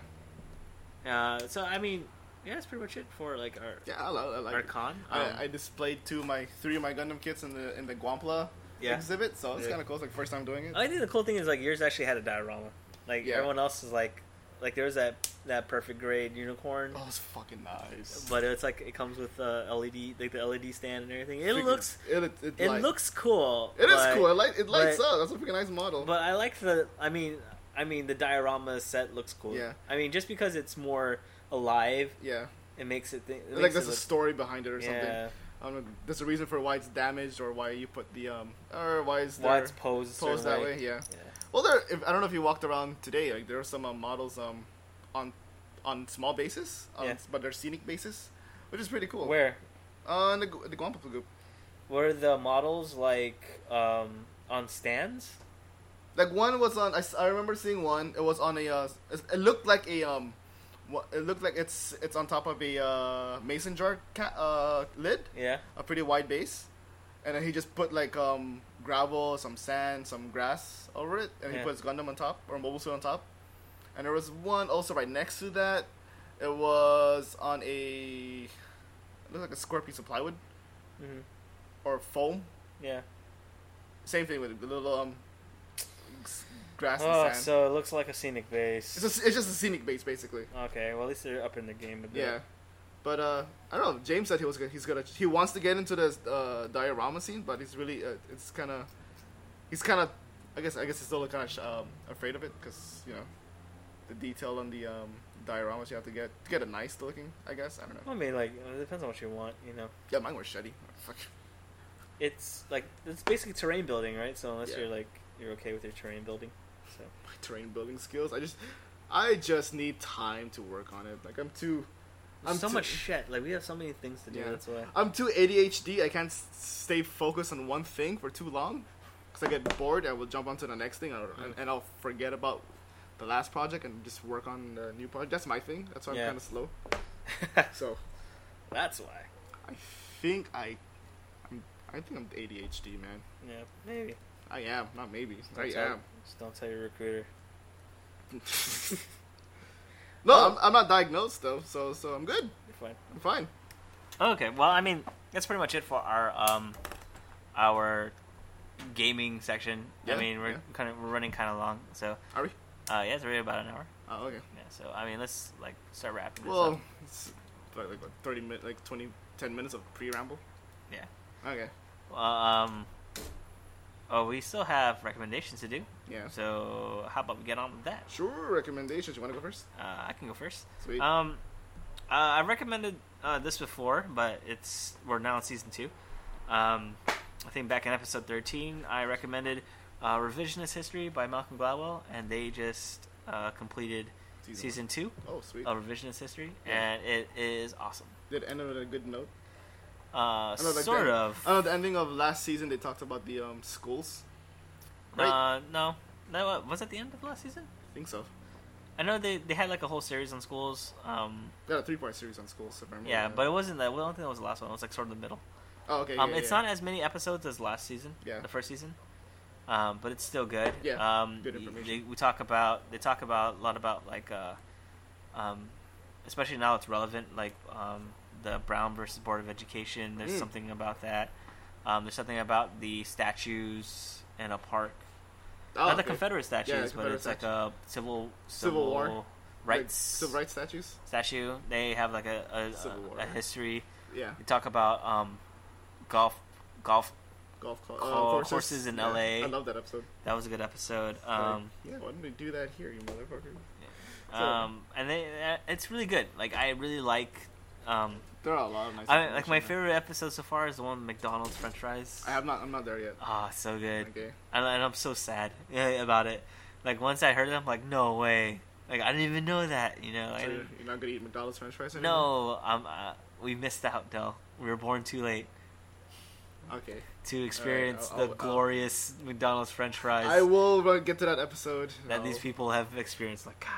A: Uh, so I mean, yeah, that's pretty much it for like our
B: Yeah. I, li- I like.
A: our
B: it.
A: con. Um,
B: I, I displayed two of my three of my Gundam kits in the in the Guampla
A: Yeah.
B: exhibit, so it's
A: Yeah.
B: kind of cool. It's like first time doing it.
A: I think the cool thing is like yours actually had a diorama. Like
B: Yeah.
A: everyone else is like, like there was that that perfect grade unicorn,
B: oh, it's fucking nice.
A: but it's like it comes with uh, the LED, like the LED stand and everything. It
B: Freaking-
A: looks,
B: It, it, it,
A: it
B: light-
A: looks cool.
B: It is
A: but-
B: cool. It, light, it lights
A: but-
B: up. That's a freaking nice model.
A: But I like the. I mean, I mean the diorama set looks cool.
B: Yeah.
A: I mean, just because it's more alive,
B: yeah.
A: it makes it. Th- it
B: like
A: makes
B: there's
A: it
B: a
A: look-
B: story behind it or something.
A: Yeah.
B: I don't know, there's a reason for why it's damaged or why you put the um or why is there
A: Why it's posed, a
B: posed
A: certain
B: that way. Yeah. Well, there. If, I don't know if you walked around today. Like there are some um, models um on on small bases, um,
A: Yeah.
B: but they're scenic bases, which is pretty cool.
A: Where
B: on the Gu- the Guampa group.
A: were the models like um on stands?
B: Like one was on. I, s- I remember seeing one. It was on a. Uh, s- it looked like a um. wha- It looked like it's it's on top of a uh, mason jar ca- uh, lid,
A: Yeah.
B: a pretty wide base, and then he just put like um gravel, some sand, some grass over it, and
A: Yeah.
B: he puts Gundam on top or Mobile Suit on top, and there was one also right next to that. It was on a. It looked like a square piece of plywood
A: hmm
B: or foam.
A: Yeah.
B: Same thing with the little um s- grass and
A: Oh,
B: sand.
A: so it looks like a scenic base.
B: It's, a, it's just a scenic base, basically.
A: okay, well at least they're up in the game. With
B: Yeah. But uh, I don't know. James said he was gonna, he's gonna he wants to get into the uh, diorama scene, but he's really uh, it's kind of he's kind of I guess I guess he's still kind of sh- um, afraid of it because you know the detail on the um, dioramas you have to get to get a nice looking. I guess I don't
A: The,
B: know.
A: I mean, like it depends on what you want. You know,
B: Yeah, mine were shitty. Fuck.
A: it's like it's basically terrain building, right? So unless
B: Yeah.
A: you're like you're okay with your terrain building, so
B: my terrain building skills. I just I just need time to work on it. Like I'm too I'm
A: so
B: too-
A: much shit. Like we have so many things to do.
B: Yeah.
A: That's why.
B: I'm too ADHD. I can't s- stay focused on one thing for too long because I get bored. I will jump onto the next thing, or, and, and I'll forget about the last project and just work on the new project. That's my thing. That's why
A: Yeah.
B: I'm kind of slow. So
A: that's why.
B: I think I, I'm, I think I'm ADHD, man.
A: Yeah, maybe.
C: Oh,
B: I am, not maybe. I
A: Don't tell-
B: am.
A: Just don't tell your recruiter.
B: No, I'm, I'm not diagnosed though, so so I'm good.
A: You're fine.
B: I'm fine.
C: Okay, well, I mean, that's pretty much it for our um, our gaming section.
B: Yeah,
C: I mean, we're
B: yeah.
C: kind of we're running kind of long, so
B: Are we?
C: uh, yeah, it's already about an hour.
B: Oh, okay.
C: Yeah, so I mean, let's like start wrapping this
B: Well,
C: up.
B: it's like, like what, 30 minutes, like 20, 10 minutes of preamble.
C: Yeah.
B: Okay.
C: Well, um, oh, we still have recommendations to do.
B: Yeah.
C: So how about we get on with that?
B: Sure, recommendations. You want to go first?
C: Uh, I can go first.
B: Sweet.
C: Um, uh, I recommended uh, this before, but it's we're now in season two. Um, I think back in episode thirteen, I recommended uh, "Revisionist History" by Malcolm Gladwell, and they just uh, completed
B: Season
C: season, two
B: oh, sweet.
A: uh,
C: of "Revisionist History,"
B: Yeah.
C: and it is awesome.
B: Did it end on a good note?
A: Uh,
B: I know, like
A: sort
B: the,
A: of.
B: I know the ending of last season they talked about the um schools. right?
A: Uh, no, no. uh, Was that the end of last season?
B: I think so.
A: I know they, they had like a whole series on schools. Um,
B: Got a three part series on schools. If I remember
A: yeah,
B: right.
A: but it wasn't that. Well, I don't think that was the last one. It was like sort of the middle.
B: oh okay.
A: Um,
B: yeah,
A: it's
B: yeah.
A: not as many episodes as last season.
B: Yeah.
A: The first season. Um, but it's still good.
B: Yeah,
A: Um,
B: good
A: y- They,
B: information.
A: we talk about they talk about a lot about like, uh, um, especially now it's relevant like um, the Brown versus Board of Education. There's
B: Mm.
A: something about that. Um, there's something about the statues in a park.
B: Oh,
A: Not the
B: okay.
A: Confederate statues, but
B: Confederate
A: it's like a civil
B: Civil War. Like,
A: rights
B: civil rights statues.
A: statue. They have like a a,
B: Civil
A: a-
B: War.
A: a history.
B: Yeah,
A: We talk about um, golf golf.
B: golf co- uh,
A: Call
B: courses.
A: horses in
B: Yeah,
A: LA.
B: I love that episode.
A: That was a good episode. Um,
B: Like, yeah, why didn't they do that here, you motherfucker? so-
A: um, and they, uh, it's really good. Like I really like. Um,
B: There are a lot of nice.
A: I, like my
B: information
A: favorite episode so far is the one with McDonald's French fries.
B: there. I have not. I'm not there yet.
A: Ah, so good.
B: Okay.
A: And, and I'm so sad eh, about it. Like once I heard it, I'm like, no way. Like I didn't even know that. You know.
B: So
A: I
B: you're
A: didn't-
B: you're not gonna eat McDonald's French fries anymore?
A: no, um, uh, we missed out, Del. We were born too late
B: No. Okay.
A: to experience
B: I'll-
A: the
B: I'll- I'll-
A: glorious McDonald's French fries.
B: I will uh, get to that episode. Oh,
A: that
B: I'll-
A: these people have experienced. Like, God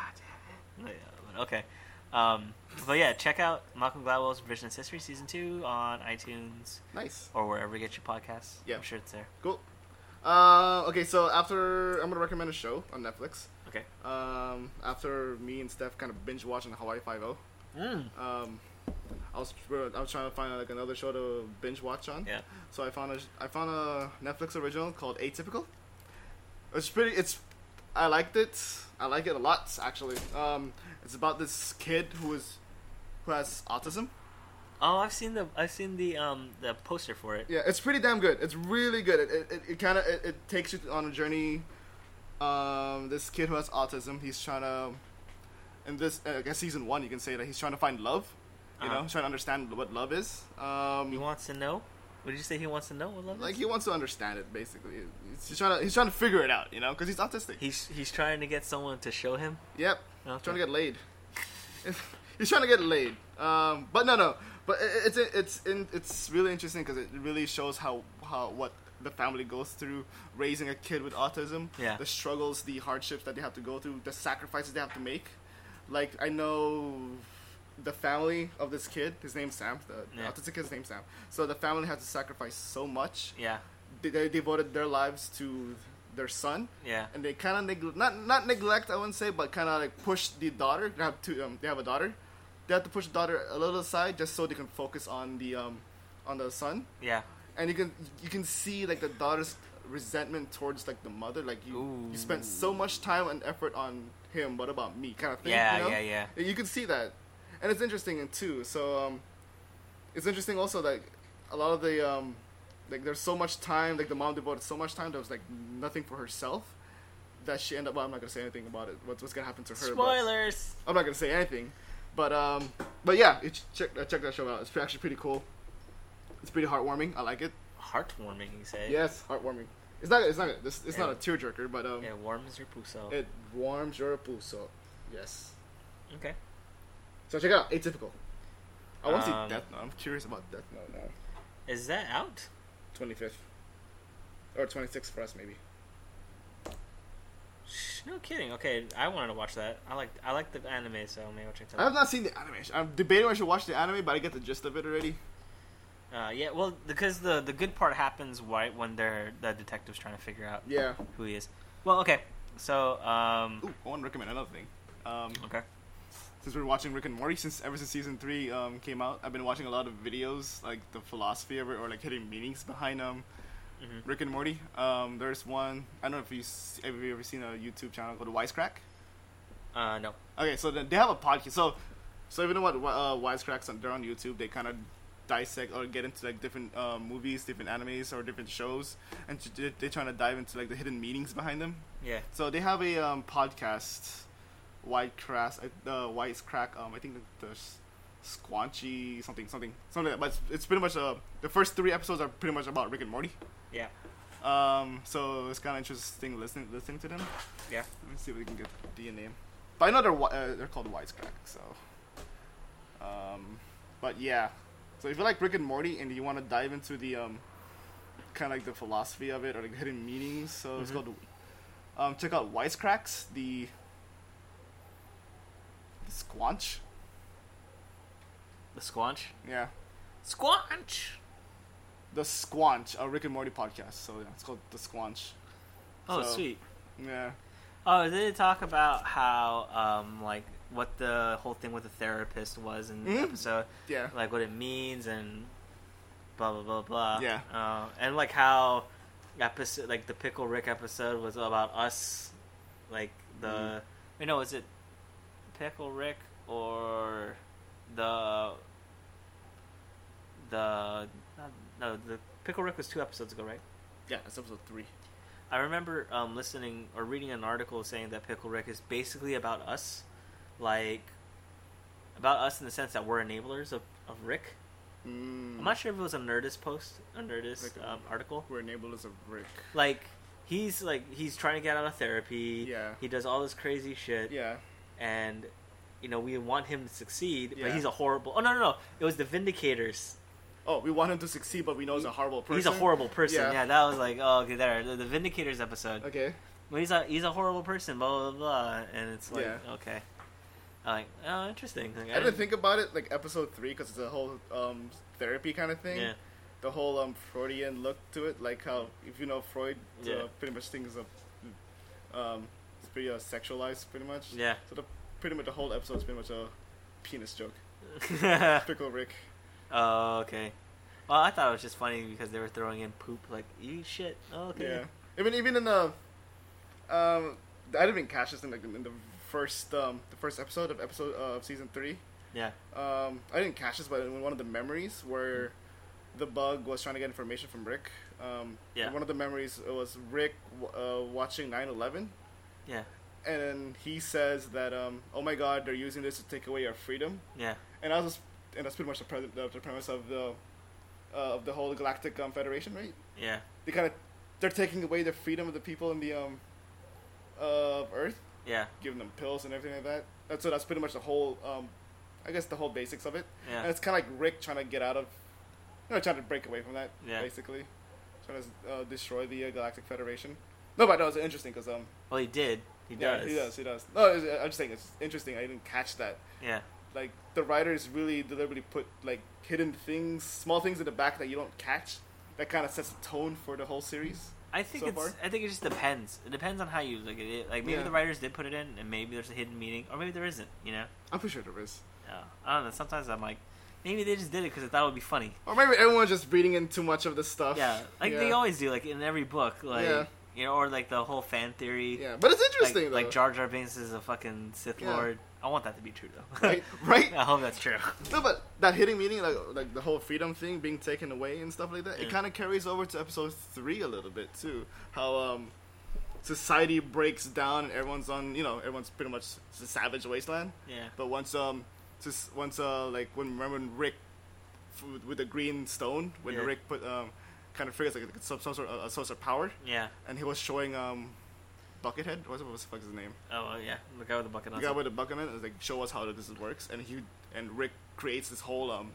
A: damn it. But, Okay. Um, but yeah, check out Malcolm Gladwell's Revisionist History Season 2 on iTunes
B: Nice.
A: or wherever you get your podcasts.
B: Yeah.
A: I'm sure it's there.
B: Cool. Uh, okay, so after I'm gonna recommend a show on Netflix.
A: Okay.
B: Um, after me and Steph kind of binge watching Hawaii Five O. Um, I was I was trying to find like another show to binge watch on.
A: Yeah.
B: So I found a I found a Netflix original called Atypical. It's pretty. It's I liked it. I like it a lot actually. Um, it's about this kid who is who has autism.
A: Oh, I've seen the I've seen the um the poster for it.
B: Yeah, it's pretty damn good. It's really good. It it, it kind of it, it takes you on a journey. Um, this kid who has autism, he's trying to, in this uh, I guess season one, you can say that he's trying to find love. You
A: Uh-huh.
B: know, trying to understand what love is. Um,
A: He wants to know. What did you say? He wants to know what love
B: like
A: is?
B: he wants to understand it basically. He's, he's trying to he's trying to figure it out. You know, because he's autistic.
A: He's he's trying to get someone to show him.
B: Yep.
A: Okay.
B: Trying to get laid. He's trying to get laid. Um, but no, no. But i- it's it's in, it's really interesting because it really shows how how what the family goes through raising a kid with autism.
A: Yeah.
B: The struggles, the hardships that they have to go through, the sacrifices they have to make. Like I know the family of this kid. His name's Sam. The, the
A: Yeah.
B: autistic kid's name's Sam. So the family has to sacrifice so much.
A: Yeah.
B: They, they devoted their lives to their son
A: Yeah.
B: and they kind of neglect not not neglect I wouldn't say, but kind of like push the daughter. They have two. Um, they have a daughter. They have to push the daughter a little aside just so they can focus on the um, on the son.
A: Yeah.
B: And you can you can see like the daughter's resentment towards like the mother. Like you you spent so much time and effort on him. What about me? Kind of thing.
A: Yeah,
B: you know?
A: yeah, yeah.
B: You can see that, and it's interesting too. So um, it's interesting also that a lot of the um, like there's so much time like the mom devoted so much time that was like nothing for herself that she ended up. Well, I'm not gonna say anything about it. What's what's gonna happen to her? but-
A: Spoilers.
B: I'm not gonna say anything, but um, but yeah, you should check uh, check that show out. It's actually pretty cool. It's pretty heartwarming. I like it.
A: Heartwarming, you say.
B: Yes, heartwarming. It's not it's not it's, it's
A: Yeah.
B: not a tearjerker, but um,
A: It warms your puso.
B: it warms your pulso. Yes.
A: okay.
B: So check it out. Atypical. I want to
A: Um,
B: see Death Note. I'm curious about Death Note now.
A: Is that out?
B: 25th. Or 26th for us, maybe.
A: Shh, No kidding. Okay, I wanted to watch that. I like I like the anime, so maybe I'll check that
B: I have
A: out.
B: not seen the anime. I'm debating whether I should watch the anime, but I get the gist of it already.
A: Uh, yeah, well, because the the good part happens right when they're the detective's trying to figure out
B: Yeah.
A: who he is. Well, okay. So, um,
B: Ooh, I want to recommend another thing. Um,
A: okay.
B: since we're watching Rick and Morty, since ever since season three um, came out, I've been watching a lot of videos, like the philosophy of it, or like hidden meanings behind um,
A: Mhm.
B: Rick and Morty. Um, there's one. I don't know if you s- have you ever seen a YouTube channel called Wisecrack.
A: Uh, no.
B: Okay, so then they have a podcast. So, so if you know what uh, Wisecracks on they're on YouTube. They kind of dissect or get into like different uh, movies, different animes, or different shows, and t- they- they're trying to dive into like the hidden meanings behind them.
A: Yeah.
B: So they have a um, podcast, Wisecracks, uh, uh, Wisecrack. Um, I think the, the s- Squanchy something something something. Like that. But it's, it's pretty much uh, the first three episodes are pretty much about Rick and Morty.
A: Yeah.
B: Um, so it's kind of interesting listening listening to them.
A: Yeah.
B: Let me see if we can get the name. But I know they're wi- uh, they're called Wisecrack. So, um, but yeah, So if you like Rick and Morty and you want to dive into the um, kind of like the philosophy of it or the hidden meanings, so it's
A: Mhm.
B: called. Um, check out Wisecracks, the Squanch.
A: The Squanch.
B: Yeah,
A: Squanch.
B: the Squanch, a Rick and Morty podcast. So yeah, it's called the Squanch.
A: Oh,
B: So-
A: sweet.
B: Yeah,
A: Oh, they talk about how um like what the whole thing with the therapist was in the
B: Mhm.
A: episode,
B: yeah,
A: like what it means and blah blah blah blah.
B: Yeah.
A: Uh, and like how episode like the Pickle Rick episode was about us, like the you know is it Pickle Rick or the the not, no the Pickle Rick was two episodes ago, right?
B: yeah. That's episode three.
A: I remember um, listening or reading an article saying that Pickle Rick is basically about us, like about us in the sense that we're enablers of, of Rick.
B: Mm.
A: I'm not sure if it was a Nerdist post, a Nerdist
B: Rick-
A: um, article.
B: We're enablers of Rick.
A: Like he's like he's trying to get out of therapy.
B: Yeah.
A: He does all this crazy shit,
B: Yeah,
A: and you know we want him to succeed,
B: Yeah.
A: but he's a horrible. Oh no no no! It was the Vindicators.
B: Oh, we want him to succeed, but we know he's a horrible person.
A: He's a horrible person.
B: Yeah.
A: Yeah. that was like oh okay there the, the Vindicators episode.
B: Okay.
A: Well, he's a he's a horrible person, blah blah blah, and it's like
B: Yeah.
A: okay, I'm like oh interesting. Like,
B: I didn't think about it like episode three because it's a whole um, therapy kind of thing.
A: Yeah,
B: The whole um, Freudian look to it, like how if you know Freud,
A: Yeah.
B: uh, pretty much things of, um, it's pretty uh, sexualized, pretty much.
A: yeah.
B: So the pretty much the whole episode is pretty much a penis joke. Pickle Rick.
A: oh okay. Well, I thought it was just funny because they were throwing in poop. Like you shit. Oh, Okay.
B: Yeah. Even even in the, um, I didn't catch this in like in the first um the first episode of episode uh, of season three.
A: Yeah.
B: um, I didn't catch this, but in one of the memories where the bug was trying to get information from Rick. Um,
A: Yeah.
B: One of the memories it was Rick w- uh, watching 9/11,
A: Yeah.
B: and he says that, um, "Oh my God, they're using this to take away our freedom."
A: Yeah.
B: And I was, and that's pretty much the, pre- the, the premise of the uh, of the whole Galactic um, Federation, right?
A: Yeah.
B: They kind of they're taking away the freedom of the people in the um of Earth,
A: Yeah.
B: giving them pills and everything like that. That's so that's pretty much the whole, um, I guess, the whole basics of it. And
A: Yeah.
B: it's kind of like Rick trying to get out of, you know, trying to break away from that,
A: Yeah.
B: basically. Trying to uh, destroy the uh, Galactic Federation. No, but no, it's interesting because, um,
A: Well, he did. He
B: yeah,
A: does.
B: he does, he does. No, it's, I'm just saying it's interesting. I didn't catch that.
A: Yeah.
B: Like, the writers really deliberately put, like, hidden things, small things in the back that you don't catch. That kind of sets the tone for the whole series.
A: I think
B: So
A: it's.
B: far?
A: I think it just depends. It depends on how you look at it. Like maybe
B: Yeah.
A: the writers did put it in, and maybe there's a hidden meaning, or maybe there isn't. You know.
B: I'm pretty sure there is.
A: Yeah. I don't know. Sometimes I'm like, maybe they just did it because they thought it would be funny.
B: Or maybe everyone's just reading in too much of this stuff.
A: Yeah, like they
B: Yeah.
A: always do, like in every book, like
B: Yeah.
A: you know, or like the whole fan theory.
B: Yeah, but it's
A: like,
B: interesting,
A: like
B: though.
A: Jar Jar Binks is a fucking Sith
B: Yeah.
A: Lord. I want that to be true though.
B: right? right?
A: I hope that's true.
B: No, but that hitting meaning, like like the whole freedom thing being taken away and stuff like that, it
A: Yeah.
B: kind of carries over to episode three a little bit too. How um, society breaks down and everyone's on, you know, everyone's pretty much it's a savage wasteland.
A: Yeah,
B: But once um, just once uh, like when remember when Rick f- with- with the green stone when
A: Yeah.
B: Rick put um, kind of figures like it's some, some sort of a source of power,
A: yeah.
B: and he was showing um, Buckethead, what was the fuck is his name?
A: Oh well, yeah, the guy with the bucket.
B: The
A: on
B: guy
A: top.
B: with the bucket man is like, show us how this works, and he and Rick creates this whole um,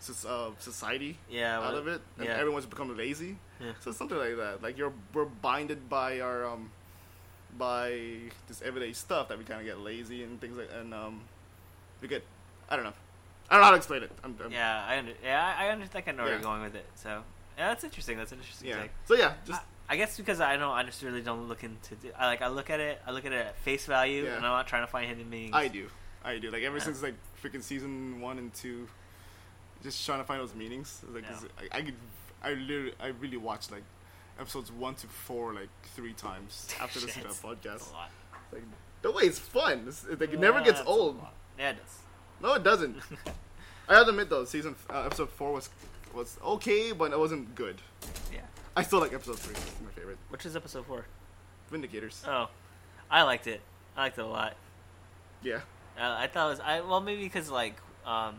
B: soc- uh, society
A: yeah,
B: out
A: well,
B: of it, and
A: yeah.
B: everyone's become lazy.
A: Yeah.
B: So something like that. Like you're we're binded by our um, by this everyday stuff that we kind of get lazy and things like, and um, we get, I don't know, I don't know how to explain it. I'm, I'm,
A: Yeah, I under- yeah, I I under- I think I know where
B: Yeah.
A: you're going with it. So yeah, that's interesting. That's an interesting.
B: yeah.
A: take.
B: So yeah, just
A: I, I guess because I don't, I just really don't look into. I like I look at it. I look at it at face value,
B: Yeah.
A: and I'm not trying to find hidden meanings.
B: I do, I do. Like ever
A: Yeah.
B: since like freaking season one and two, just trying to find those meanings. Like
A: Yeah.
B: 'cause I, I could, I literally, I really watched like episodes one to four like three times after listening to
A: Shit.
B: that podcast.
A: That's a lot.
B: Like the way it's fun. It's, it's, like it never gets
A: That's a
B: old.
A: lot. Yeah, it does.
B: No, it doesn't. I have to admit though, season uh, episode four was was okay, but it wasn't good.
A: Yeah.
B: I still like episode three. It's my favorite.
A: Which is episode four?
B: Vindicators.
A: Oh, I liked it. I liked it a lot.
B: Yeah.
A: Uh, I thought it was I well maybe because like um,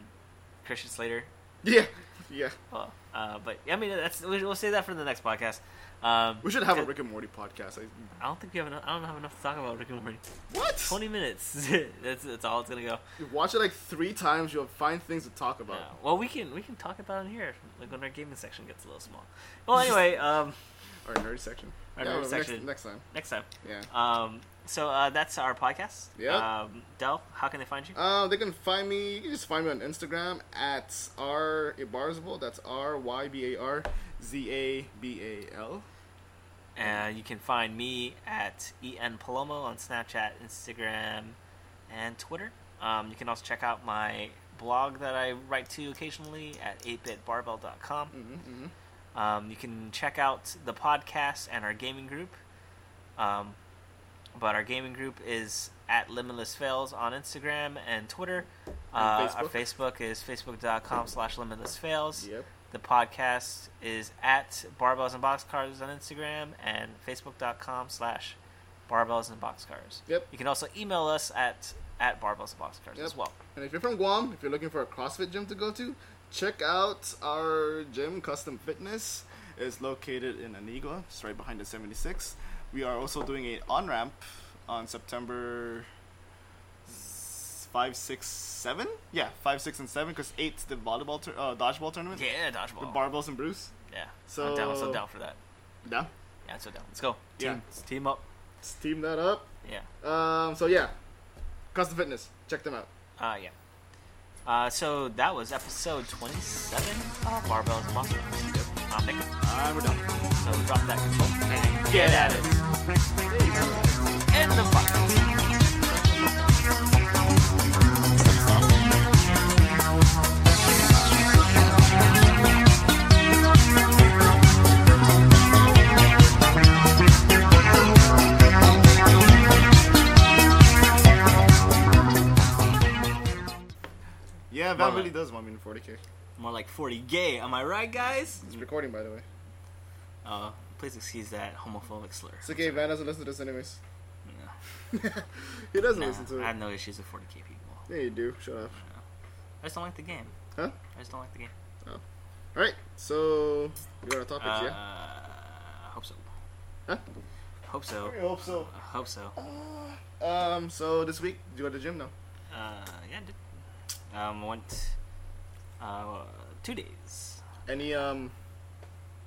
A: Christian Slater
B: Yeah. Yeah,
A: Well, uh, but I mean, that's we- we'll say that for the next podcast. Um,
B: we should have a
A: good.
B: Rick and Morty podcast. I,
A: I don't think we have. Enough, I don't have enough to talk about Rick and Morty.
B: what?
A: Twenty minutes. that's that's all it's gonna go.
B: You watch it like three times, you'll find things to talk about.
A: Yeah. Well, we can we can talk about it here, like when our gaming section gets a little small. Well, anyway, um,
B: Our nerd section.
A: Our
B: yeah,
A: nerd
B: well,
A: section.
B: Next, next time.
A: next time.
B: Yeah.
A: Um, so uh, that's our podcast.
B: Yeah.
A: Um, Del, how can they find you?
B: Uh, they can find me. You can just find me on Instagram at r ibarzabal. That's r y b a r z a b a l.
A: Uh, you can find me at en palomo on Snapchat, Instagram, and Twitter. Um, you can also check out my blog that I write to occasionally at 8bitbarbell.com.
B: Mm-hmm, mm-hmm.
A: Um, you can check out the podcast and our gaming group. Um, but our gaming group is at Limitless Fails on Instagram and Twitter. Uh, Our
B: And
A: Facebook is facebook.com slash limitless fails.
B: Yep.
A: The podcast is at Barbells and Boxcars on Instagram and facebook.com slash Barbells and Boxcars.
B: Yep.
A: You can also email us at, at Barbells and Boxcars
B: Yep.
A: as well.
B: And if you're from Guam, if you're looking for a CrossFit gym to go to, check out our gym, Custom Fitness. It's located in Anigua, it's right behind the 76. We are also doing an on ramp on September s- 5, 6, 7? Yeah, 5, 6, and 7, because 8's the volleyball tur- uh, dodgeball tournament.
A: Yeah,
B: With
A: dodgeball.
B: Barbells and Bruce.
A: yeah.
B: So-
A: I'm down, I'm so down for that.
B: Yeah.
A: Yeah, I'm so down. Let's go. Team,
B: Yeah.
A: Let's team up.
B: Let's team that up.
A: Yeah.
B: Um, so, yeah, Custom Fitness. Check them out.
A: Uh, yeah. Uh, so that was episode 27 of Barbells and Boxcars. I'm Nick.
B: And we're done.
A: So drop that control and get at it. End the podcast.
B: Yeah,
A: Well,
B: Val really
A: uh,
B: does want me in 40k.
A: More like 40 gay, am I right, guys?
B: It's recording, by the way.
A: Uh, please excuse that homophobic slur.
B: It's okay, Van doesn't listen to this, anyways.
A: No.
B: He doesn't
A: Nah,
B: listen to
A: I
B: it.
A: have no issues with 40k people.
B: Yeah, you do. Shut up.
A: I just don't like the game.
B: Huh?
A: I just don't like the game.
B: All right. So you got a topic,
A: Uh,
B: yeah?
A: I hope so.
B: Huh?
A: Hope so.
B: Uh, hope so.
A: I hope so.
B: Um. So this week, do you go to the gym now?
A: Uh, yeah, I did. Um, went uh, two days.
B: Any um
A: Went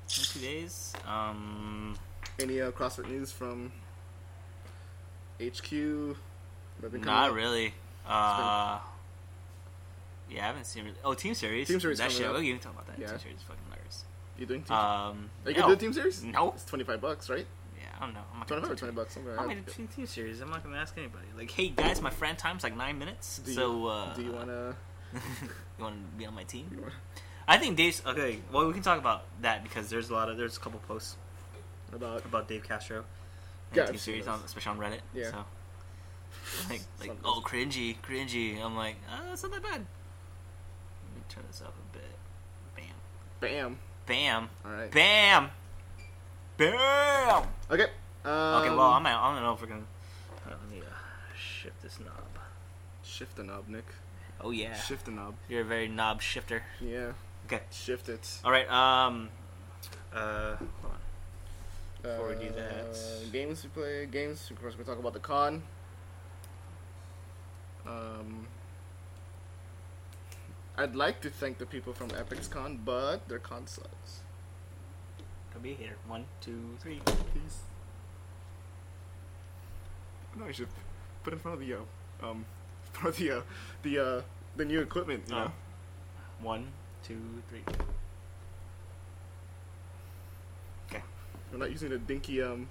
A: Two days. Um,
B: any uh, CrossFit news from HQ? That been coming
A: Not
B: up?
A: really. Uh, yeah, I haven't seen. Really. Oh, Team Series.
B: Team Series
A: That
B: coming
A: shit.
B: up.
A: We can even talk about that.
B: Yeah.
A: Team Series is fucking hilarious.
B: You doing team?
A: Um,
B: Are you
A: no.
B: gonna do team series?
A: No.
B: It's twenty five bucks, right?
A: Yeah, I don't know. I'm not gonna
B: Twenty five or
A: team
B: twenty bucks, something
A: I'm
B: like
A: in
B: that.
A: team, team series. I'm not gonna ask anybody. Like, hey guys, my friend time's like nine minutes.
B: Do you-
A: so uh,
B: Do you wanna?
A: you want to be on my team?
B: You wanna
A: I think Dave's okay. Well, we can talk about that because there's a lot of there's a couple posts
B: about
A: about Dave Castro and
B: Yeah,
A: team
B: I've seen
A: series
B: those.
A: on especially on Reddit.
B: Yeah.
A: So like like
B: Some-
A: oh cringy cringy. I'm like oh, that's not that bad. Let me turn this up a bit. Bam
B: bam?
A: bam
B: All right.
A: bam bam.
B: Okay. Um,
A: okay, well I'm I don't know if we're gonna. I don't need to uh, shift this knob.
B: shift the knob, Nick.
A: Oh yeah.
B: Shift the knob.
A: You're a very knob shifter.
B: Yeah.
A: Okay.
B: Shift it.
A: All right. Um. Uh. Hold on. Before we do
B: Uh,
A: that-
B: games we play, games. Of course, we talk about the con. Um, I'd like to thank the people from Epic's Con, but their con sucks.
A: Could be here. One, two, three.
B: Peace. No, I should put in front of the uh, um, front of the uh, the uh, the new equipment. You
A: Oh.
B: know,
A: One, two, three.
B: we're not using the dinky. Um,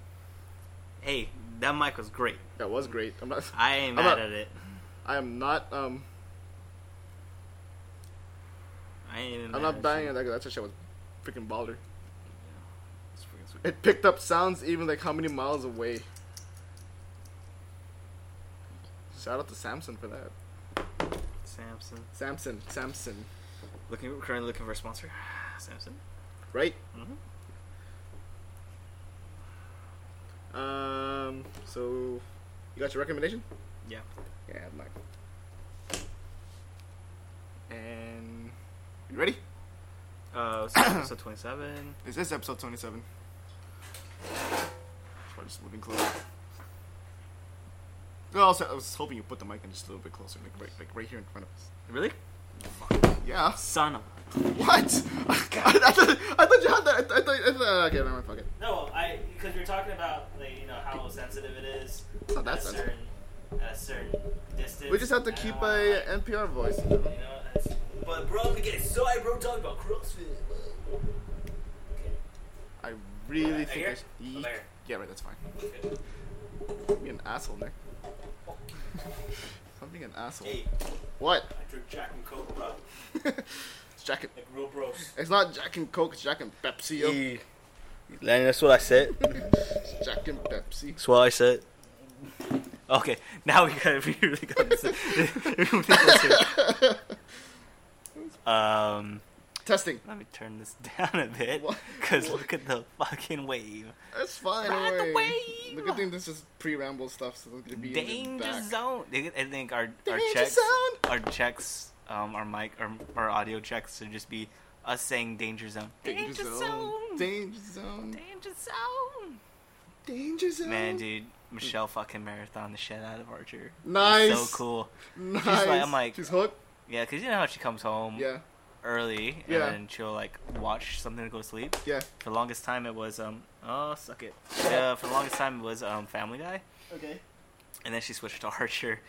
A: Hey, that mic was great.
B: that was great. I'm not.
A: I ain't
B: How
A: mad
B: about-
A: at it.
B: I am not. Um,
A: I ain't even mad
B: I'm not
A: at
B: dying
A: you.
B: at that. 'cause That shit was freaking baller.
A: It's freaking sweet.
B: It picked up sounds even like how many miles away. Shout out to Samson for that.
A: Samson.
B: Samson, Samson,
A: Looking currently looking for a sponsor. Samson.
B: right?
A: Mm-hmm.
B: Um. So, you got your recommendation?
A: Yeah.
B: Yeah, I'm like. And you ready?
D: Oh,
A: Uh,
D: so episode 27.
B: This is episode 27. Probably just moving closer. No, also, I was hoping you put the mic in just a little bit closer, like right, like right here in front of us.
D: Really?
B: Yeah.
D: Son of
B: What? Oh, I, thought, I thought you had that. I, thought. I thought okay, never mind. Fuck it.
D: No, I because you're talking about like, you know how sensitive it is.
B: It's not that
D: at a
B: sensitive.
D: certain- At a certain distance.
B: We just have to
D: and I
B: keep
D: don't wanna,
B: a
D: like,
B: NPR voice.
D: You know, that's, but bro, we get so I bro talking about CrossFit. bro.
B: I really
D: Uh,
B: think I
D: here?
B: should.
D: Over
B: Eek.
D: there.
B: Yeah, right. That's fine.
D: Okay, okay.
B: Don't be an asshole, Nick. Stop being an asshole.
D: Hey,
B: What?
D: I drink Jack and Coke, bro.
B: it's Jack and.
D: Like real bros.
B: It's not Jack and Coke. It's Jack and Pepsi. yo.
A: that's what I said.
B: It's Jack and Pepsi.
A: That's what I said. Okay, now we gotta be really got this. um,
B: Testing.
A: let me turn this down a bit
B: What?
A: because look at the fucking wave.
B: That's fine.
A: Ride
B: don't
A: the
B: worry.
A: wave.
B: The good thing this is pre-ramble stuff, so it'll be in the
A: Danger
B: back.
A: zone. They- I think our our
B: Danger
A: checks,
B: zone.
A: our checks, um, our mic, our, our audio checks should just be us saying danger zone.
B: Danger zone. Danger zone.
A: Danger zone.
B: Danger zone.
A: Man, dude, Michelle fucking marathon the shit out of Archer. It was
B: Nice.
A: So cool.
B: Nice.
A: like- I'm like- Mm.
B: she's hooked.
A: Yeah, because you know how she comes home
B: Yeah,
A: early and
B: Yeah.
A: then she'll like watch something to go to sleep.
B: yeah.
A: For the longest time, it was um oh suck it. Yeah, for the longest time it was um Family Guy,
B: Okay.
A: and then she switched to Archer,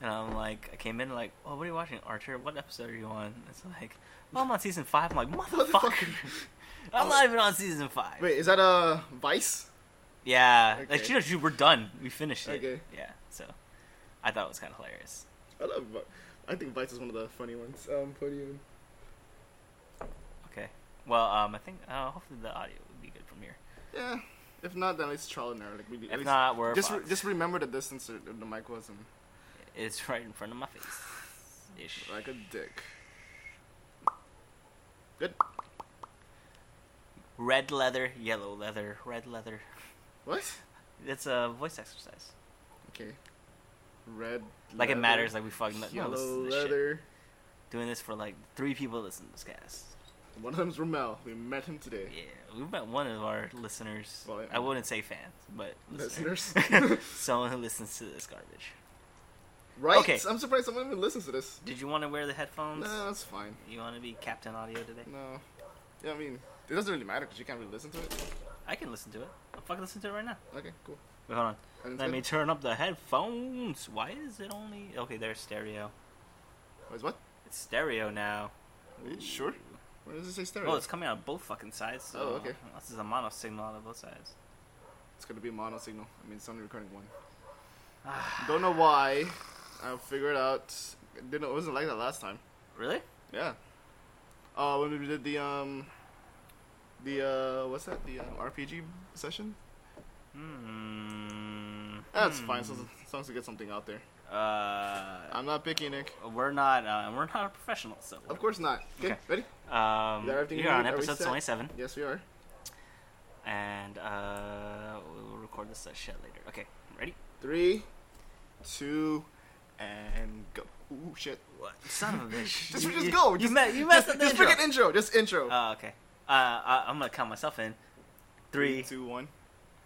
A: and I'm like I came in like oh what are you watching Archer? What episode are you on? It's like oh I'm on season five. I'm like motherfucker, I'm not even on season five.
B: Wait, is that a Vice?
A: Yeah, like
B: Okay.
A: she, she we're done. We finished it.
B: Okay.
A: Yeah, so I thought it was kind of hilarious.
B: I love. Vi- I think Vice is one of the funny ones. Um, pretty. um,
A: Okay, well um I think uh, hopefully the audio would be good from here.
B: Yeah. If not, then it's trial and error. Like we, at
A: If
B: least-
A: not, we're
B: just
A: fucked.
B: re- just remember the distance that the mic was and
A: It's right in front of my face. Ish.
B: like a dick. Good.
A: Red leather, yellow leather, red leather.
B: What?
A: It's a voice exercise.
B: Okay. Red.
A: Like it
B: leather,
A: matters. Like we fucking no,
B: Yellow
A: listen to this shit.
B: leather.
A: Doing this for like three people listening to this cast.
B: One of them's Ramel. We met him today.
A: Yeah, we met one of our listeners.
B: Well, yeah.
A: I wouldn't say fans, but listener.
B: Listeners.
A: someone who listens to this garbage.
B: right?
A: Okay.
B: I'm surprised someone even listens to this.
A: Did you want to wear the headphones?
B: No, that's fine.
A: You want to be Captain Audio today?
B: No. Yeah, I mean, it doesn't really matter because you can't really listen to it.
A: I can listen to it. I'm fucking listening to it right now.
B: Okay, cool.
A: Wait, hold on.
B: And
A: Let
B: then-
A: me turn up the headphones. Why is it only okay? There's stereo.
B: Wait, what?
A: It's stereo now.
B: Are you sure? Where does it say stereo?
A: Well, Oh, it's coming out of both fucking sides. So
B: Oh, okay.
A: This is a mono signal out of both sides.
B: It's gonna be a mono signal. I mean, it's only recording one.
A: Ah.
B: Don't know why. I'll figure it out. It didn't. It wasn't like that last time.
A: Really?
B: Yeah. Uh, when we did the um, the uh, what's that? The um, RPG session.
A: Hmm.
B: That's
A: Hmm.
B: fine. So, as long as we get something out there.
A: Uh,
B: I'm not picky, Nick.
A: we're not. Uh, we're not a professional. So.
B: Um, Of course not. Okay,
A: Okay.
B: ready?
A: Um,
B: You got everything you
A: you're on
B: need? Are we
A: episode
B: set?
A: 27,
B: Yes, we are.
A: and uh, we'll record this uh, shit later. Okay, ready?
B: Three, two, and go. Ooh, shit.
A: What? Son of a bitch!
B: Just,
A: You-
B: just
A: you-
B: go.
A: You,
B: just,
A: me- you messed
B: just,
A: up the
B: just
A: intro. Oh,
B: freaking intro. Just intro.
A: Uh, okay. Uh, I, I'm gonna count myself in. Three,
B: two, one.